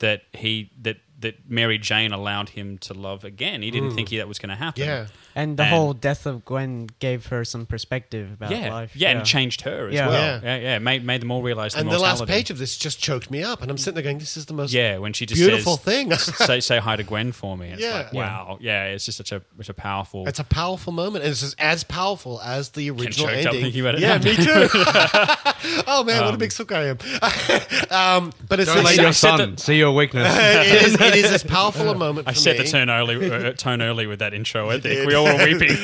F: that he that that Mary Jane allowed him to love again. He didn't
M: Mm.
F: think he, that was going to happen.
M: And the whole death of Gwen gave her some perspective about
F: yeah,
M: life.
F: yeah, and changed her as
M: Yeah.
F: well. Yeah, yeah, made made them all realize the
G: and the
F: mortality.
G: last page of this just choked me up, and I'm sitting there going, "This is the most
F: yeah, when she just
G: beautiful
F: says,
G: thing."
F: say say hi to Gwen for me. It's
G: Yeah.
F: like, wow, yeah, it's just such a such a powerful.
G: It's a powerful moment, and it's just as powerful as the original
F: choked
G: ending.
F: up thinking about it
G: yeah,
F: now. <laughs>
G: me too. <laughs> oh man, what a
F: Um,
G: big sook I am. <laughs> um, but it's
H: Don't
G: like
H: see your son, see your
G: <laughs>
H: weakness.
F: <laughs>
G: it, is,
H: <laughs>
G: it is as powerful a moment. For
F: I set
G: me.
F: the tone
G: <laughs>
F: early, uh, tone early with that intro. I think we all were weeping.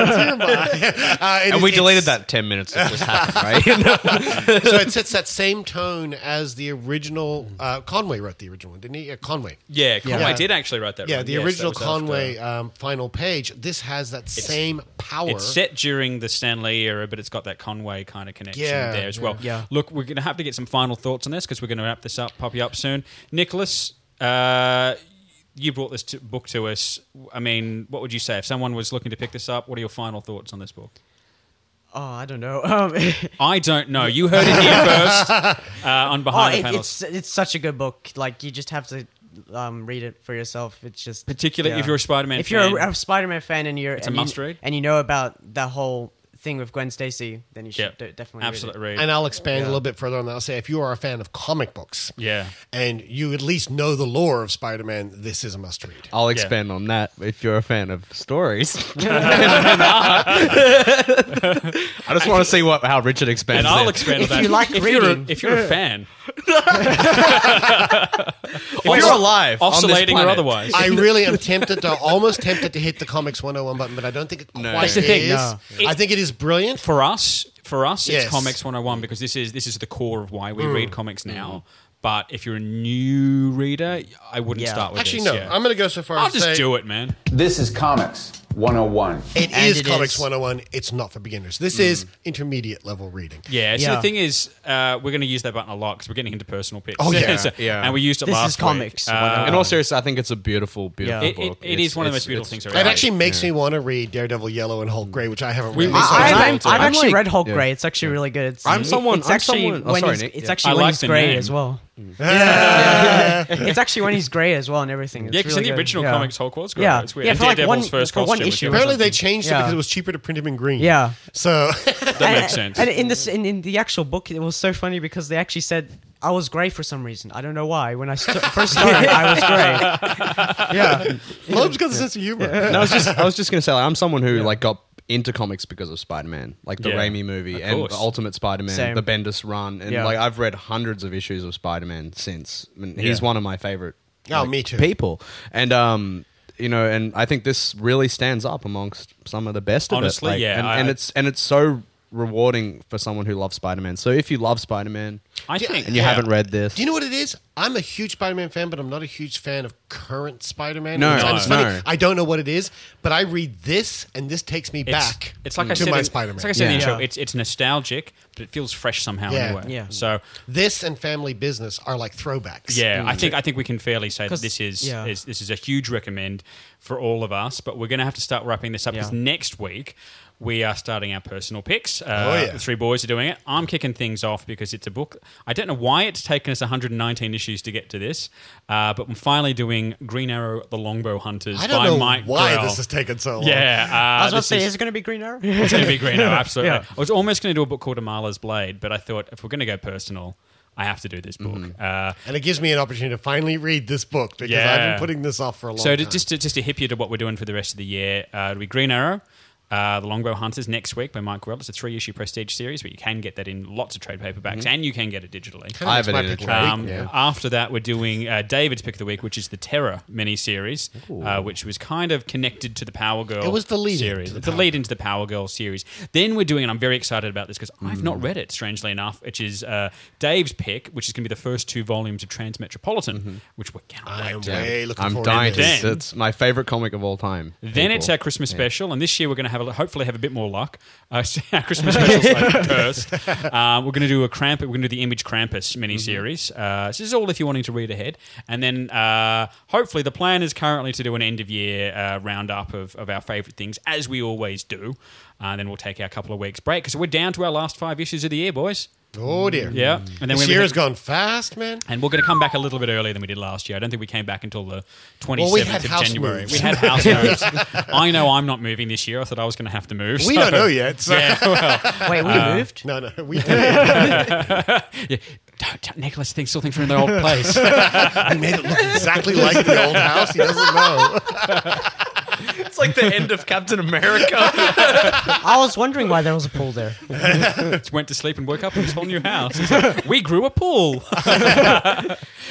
G: <laughs> Uh, it
H: and
G: is-
H: we
G: it's-
H: deleted that 10 minutes that
F: <laughs>
H: just happened,
G: <laughs>
H: right? <laughs>
G: so it sets that same tone as the original. Uh, Conway wrote the original one, didn't he? Uh, Conway.
F: Yeah, Conway did actually write that
G: Yeah,
F: one.
G: the
F: Yes, that
G: original
F: was after.
G: Conway um, final page. This has that same power.
F: It's set during the Stan Lee era, but it's got that Conway kind of connection
G: Yeah,
F: there as
G: yeah.
F: well.
G: Yeah.
F: Look, we're going to have to get some final thoughts on this because we're going to wrap this up, pop you up soon. Nicholas, uh, you brought this to, book to us. I mean, what would you say if someone was looking to pick this up? What are your final thoughts on this book?
M: Oh, I don't know. Um, <laughs>
F: I don't know. You heard it here first uh, on
M: oh,
F: Behind the
M: it-
F: Panels.
M: it's it's such a good book. Like you just have to um, read it for yourself. It's just
F: Particularly if you're a Spider-Man
M: If you're
F: fan.
M: a, a Spider-Man fan and you're
F: It's a
M: and you-
F: must read.
M: and you know about that whole thing with Gwen Stacy, then you should de- definitely
F: Absolutely
M: read it.
G: And I'll expand
M: Yeah.
G: a little bit further on that. I'll say if you are a fan of comic books,
F: Yeah.
G: and you at least know the lore of Spider-Man, this is
F: <laughs>
G: a must-read.
H: I'll expand on that if you're a fan of stories. <laughs> I just want to see what how Richard expands.
F: and I'll
H: it.
F: expand on that. if You're a, if you're a fan,
H: if you're alive, on this
F: oscillating or
H: planet-
F: otherwise,
G: I really am tempted to almost tempted to hit the comics 101 button, but I don't think it quite
F: That's the thing.
G: is. I think it is brilliant
F: for us. For us,
G: Yes.
F: it's comics 101 because this is this is the core of why we
G: Mm.
F: read comics now. But if you're a new reader, I wouldn't start with
G: Actually,
F: this,
G: no.
F: yeah.
G: I'm going to go so far
F: I'll
G: as to
F: just
G: say
F: do it, man.
R: This is Comics 101.
G: It is Comics 101. It's not for beginners. This is intermediate level reading.
F: Mm-hmm. Yeah. So the thing is, uh, we're going to use that button a lot because we're getting into personal picks.
G: Oh,
F: <laughs>
G: yeah.
F: So-
H: Yeah.
F: And we used it last week. Uh,
H: in all seriousness, I think it's a beautiful, beautiful
F: It- it-
H: book.
F: it is one of the most beautiful things I've
G: It actually makes me want to read Daredevil Yellow and Hulk Grey, which I haven't
F: Mm. We-
G: read.
F: we
G: so-
F: saw
M: I've,
F: that
M: I've,
F: too.
M: I've actually
F: Actually-
M: read Hulk
F: yeah.
M: Gray. It's actually really good. It's
F: I'm someone-
M: It's
F: I'm
M: actually
F: someone- oh,
M: when
F: sorry,
M: he's,
F: Nick.
M: it's
F: Yeah.
M: actually
F: I
M: when
F: like
M: he's
F: the
M: gray
F: name.
M: as well.
F: Mm.
M: Yeah.
F: <laughs>
M: <laughs> it's actually when he's gray as well and everything. It's
F: Yeah, 'cause in
M: really
F: the
M: good.
F: original
M: yeah.
F: comics, Hulk was gray.
M: Yeah,
F: It's weird.
M: yeah.
F: And
M: For like
F: Daredevil's
M: one,
F: first
M: for one
F: costume was
M: issue. or
G: Apparently, they
M: something.
G: changed it
M: Yeah.
G: because it was cheaper to print him in green.
M: Yeah.
G: So <laughs>
F: That <laughs> makes sense.
M: And in this, in, in the actual book, it was so funny because they actually said I was gray for some reason. I don't know why. When I st- first started, I was
F: <laughs>
M: gray. Yeah,
G: Loeb's got a sense of humor.
H: no, I was just I was just gonna say like, I'm someone who like got into comics because of Spider-Man, like the
Q: Yeah.
H: Raimi movie
Q: Of
H: and
Q: course.
H: the Ultimate Spider-Man,
Q: Same.
H: the Bendis run, and
Q: Yeah.
H: like I've read hundreds of issues of Spider-Man since. And he's
Q: Yeah.
H: one of my favorite.
G: Oh,
H: like,
G: me too.
H: People and um. You know, and I think this really stands up amongst some of the best.
F: Honestly,
H: of it. Like,
F: yeah,
H: and,
F: I-
H: and it's and it's so rewarding for someone who loves Spider-Man. So if you love Spider-Man,
F: I
G: Do- think-
H: and you
G: yeah.
H: haven't read this,
G: Do you know what it is? I'm a huge Spider-Man fan, but I'm not a huge fan of current Spider-Man.
H: No,
G: and it's
H: no.
G: funny,
H: no.
G: I don't know what it is, but I read this, and this takes me
F: It's-
G: back.
F: It's like I
G: to
F: said.
G: my
F: in-
G: Spider-Man.
F: It's like I said in the intro. It's it's nostalgic, but it feels fresh somehow
G: Yeah.
F: anyway.
G: Yeah.
F: So
G: this and Family Business are like throwbacks.
F: Yeah,
M: Mm.
F: I think I think we can fairly say that
G: 'Cause-
F: this is,
G: yeah.
F: is this is a huge recommend for all of us. But we're going to have to start wrapping this up because
Q: Yeah.
F: next week we are starting our personal picks. Uh,
Q: Oh, yeah.
F: The three boys are doing it. I'm kicking things off because it's a book. I don't know why it's taken us 119 issues to get to this, uh, but I'm finally doing Green Arrow: The Longbow Hunters
G: I don't
F: by
G: know
F: Mike
G: why
F: Grell.
G: this has taken so long.
F: Yeah, uh,
M: I was about to
F: this
M: say, is, it going to be Green Arrow?
F: it's going to be Green Arrow, absolutely.
M: <laughs> Yeah.
F: I was almost going to do a book called Amala's Blade, but I thought if we're going to go personal, I have to do this book.
G: Mm.
F: Uh,
G: and it gives me an opportunity to finally read this book because I've
F: Yeah.
G: been putting this off for a long
F: so
G: time.
F: to- just to, just to hip you to what we're doing for the rest of the year, uh, it'll be Green Arrow, Uh, the Longbow Hunters next week by Mike Grell. It's a three issue prestige series, but you can get that in lots of trade paperbacks
G: Mm-hmm.
H: Mhm.
F: and you can get it digitally.
H: Kinda I have makes it my in a pick of the trade.
F: Um,
H: week now.
F: After that, we're doing uh, David's pick of the week, which is the Terror miniseries, uh, which was kind of connected to the Power Girl
G: It was the lead-in
F: series.
G: to the
F: It's the lead into the Power Girl series. Then we're doing, and I'm very excited about this because I've not
H: Mm.
F: read it, strangely enough, which is uh, Dave's pick, which is going to be the first two volumes of Transmetropolitan,
G: Mm-hmm.
F: which we're cannot wait to.
H: I'm dying to.
F: Then-
H: It's my favorite comic of all time.
F: then it's our Christmas special, and this year we're going to have a, hopefully have a bit more luck. Uh, <laughs> so our Christmas special
G: <laughs>
F: like cursed. Um, we're going to do a Krampus. We're going to do the Image Krampus miniseries.
G: Mm-hmm.
F: Uh, so this is all if you're wanting to read ahead, and then uh, hopefully the plan is currently to do an end of year uh, roundup of, of our favorite things as we always do. Uh, then we'll take our couple of weeks break because we're down to our last five issues of the year, boys.
G: Oh, dear.
F: Yeah,
G: This
F: we're gonna
G: year has
F: hit-
G: gone
F: <laughs>
G: fast, man.
F: and we're going to come back a little bit earlier than we did last year. I don't think we came back until the 27th
G: Well, we had
F: of
G: house
F: January.
G: moves.
F: We had house moves. <laughs> I know I'm not moving this year. I thought I was going to have to move.
G: We
F: so-
G: don't know yet, so-
F: Yeah, well,
G: Wait, we moved? No, no, we didn't.
F: Yeah, Don't, don't, Nicholas thinks still thinks we're in the old
G: <laughs>
F: place.
G: We made it look exactly like the old house. He doesn't know.
H: It's like the end of Captain America.
M: I was wondering why there was a pool there.
F: <laughs> Just went to sleep and woke up in this whole new house. It's like, we grew a pool.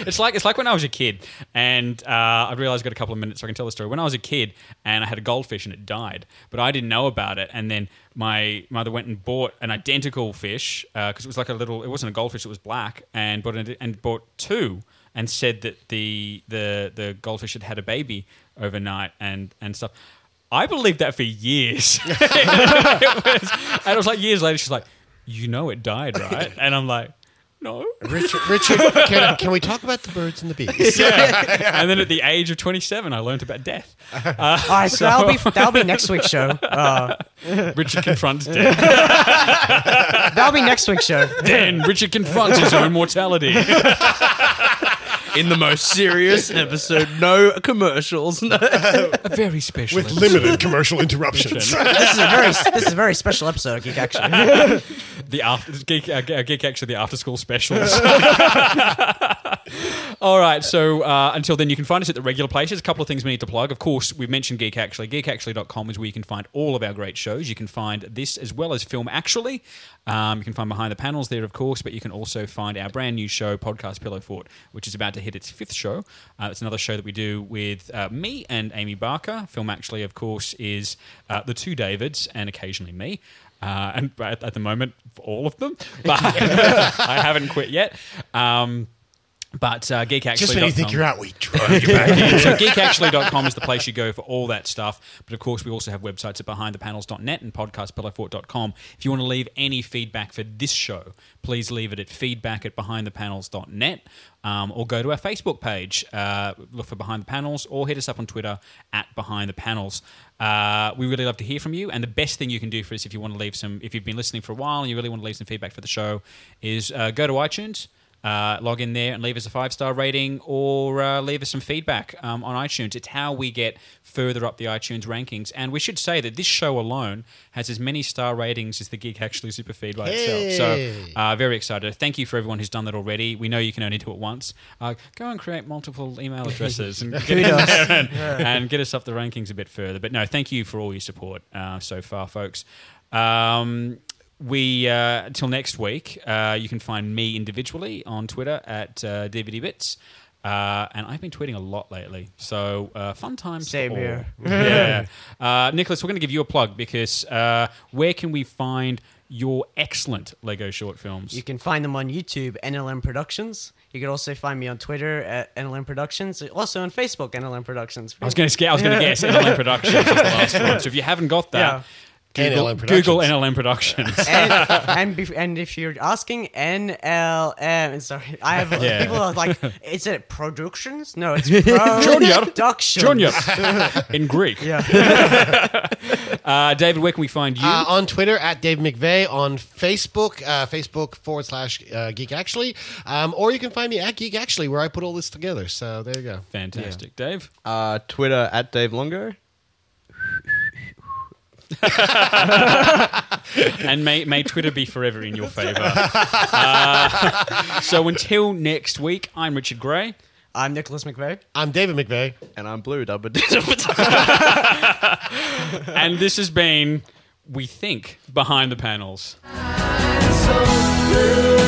F: it's like it's like when I was a kid, and uh, I realized I got a couple of minutes so I can tell the story. When I was a kid, and I had a goldfish and it died, but I didn't know about it. And then my mother went and bought an identical fish because it was like a little. It wasn't a goldfish; it was black, and bought an, and bought two. And said that the the the goldfish had had a baby overnight and and stuff. I believed that for years. <laughs> it was, and it was like years later, she's like, "You know, it died, right?" And I'm like, "No."
G: Richard, Richard can, can we talk about the birds and the bees?
F: yeah. And then at the age of 27, I learned about death. Uh,
M: <laughs> All right, so that'll be that'll be next week's show. Uh,
F: <laughs>
M: <laughs>
F: Richard confronts death.
M: that'll be next week's show.
F: Then Richard confronts his own mortality.
H: In the most serious episode, no commercials. No.
F: Very special.
G: With limited commercial interruptions.
M: this is a very this is a very special episode, Geek Action.
F: the after geek, uh, geek actually the after school
H: <laughs>
F: specials. All right, so uh, until then, you can find us at the regular places. A couple of things we need to plug. Of course, we've mentioned Geek Actually. GeekActually.com is where you can find all of our great shows. You can find this as well as Film Actually. Um, you can find Behind the Panels there, of course, but you can also find our brand new show, Podcast Pillow Fort, which is about to hit its fifth show. Uh, it's another show that we do with uh, me and Amy Barker. Film Actually, of course, is uh, the two Davids and occasionally me uh, and at, at the moment for all of them, but <laughs> I haven't quit yet. Um, but uh, geek actually
G: Just when you think
F: <laughs>
G: you're out, we drag you back in.
F: so geekactually.com is the place you go for all that stuff. But of course, we also have websites at behindthepanels.net and podcastpillowfort.com. If you want to leave any feedback for this show, please leave it at feedback at behindthepanels.net um, or go to our Facebook page, uh, look for Behind the Panels, or hit us up on Twitter at Behind the Panels. Uh, we really love to hear from you, and the best thing you can do for us if you want to leave some, if you've been listening for a while and you really want to leave some feedback for the show, is uh, go to iTunes uh, log in there and leave us a five star rating or uh, leave us some feedback um, on iTunes. It's how we get further up the iTunes rankings. And we should say that this show alone has as many star ratings as the Geek Actually Superfeed by itself.
H: Hey.
F: So uh, very excited. Thank you for everyone who's done that already. We know you can only do it once. Uh, go and create multiple
M: <laughs>
F: email addresses and get, in
M: Kudos.
F: there and,
M: Yeah.
F: and get us up the rankings a bit further. But no, thank you for all your support uh, so far, folks. Um, we uh, until next week. Uh, you can find me individually on Twitter at uh, DVD Bits. Uh, and I've been tweeting a lot lately, so uh, fun times. for
M: Same
F: all.
M: here. <laughs>
F: Yeah, uh, Nicholas, we're going to give you a plug because uh, where can we find your excellent Lego short films?
M: You can find them on YouTube, uh, NLM Productions. You can also find me on Twitter at NLM Productions. Also on Facebook, NLM Productions.
F: I was going to guess. I was going to guess NLM Productions is the last one. So if you haven't got that,
M: Yeah.
F: Google,
M: NLM
F: Google NLM Productions.
M: <laughs> and and, bef- and if you're asking NLM, sorry, I have
F: Yeah.
M: people are like, is it productions? No, it's
F: Uh,
M: productions. <laughs>
F: Junior. In Greek. <laughs> uh, David, where can we find you?
G: Uh, on Twitter at Dave McVeigh, on Facebook, uh, Facebook forward slash uh, Geek Actually, um, or you can find me at Geek Actually, where I put all this together. So there you go.
F: Fantastic, Dave.
H: Uh, Twitter at Dave Longo.
F: and may, may Twitter be forever in your
M: <laughs>
F: <laughs> favor. Uh, so until next week, I'm Richard Gray.
M: I'm Nicholas McVeigh.
G: I'm David McVeigh.
H: And I'm Blue Dubba
F: and this has been, we think, behind the panels.
L: So blue.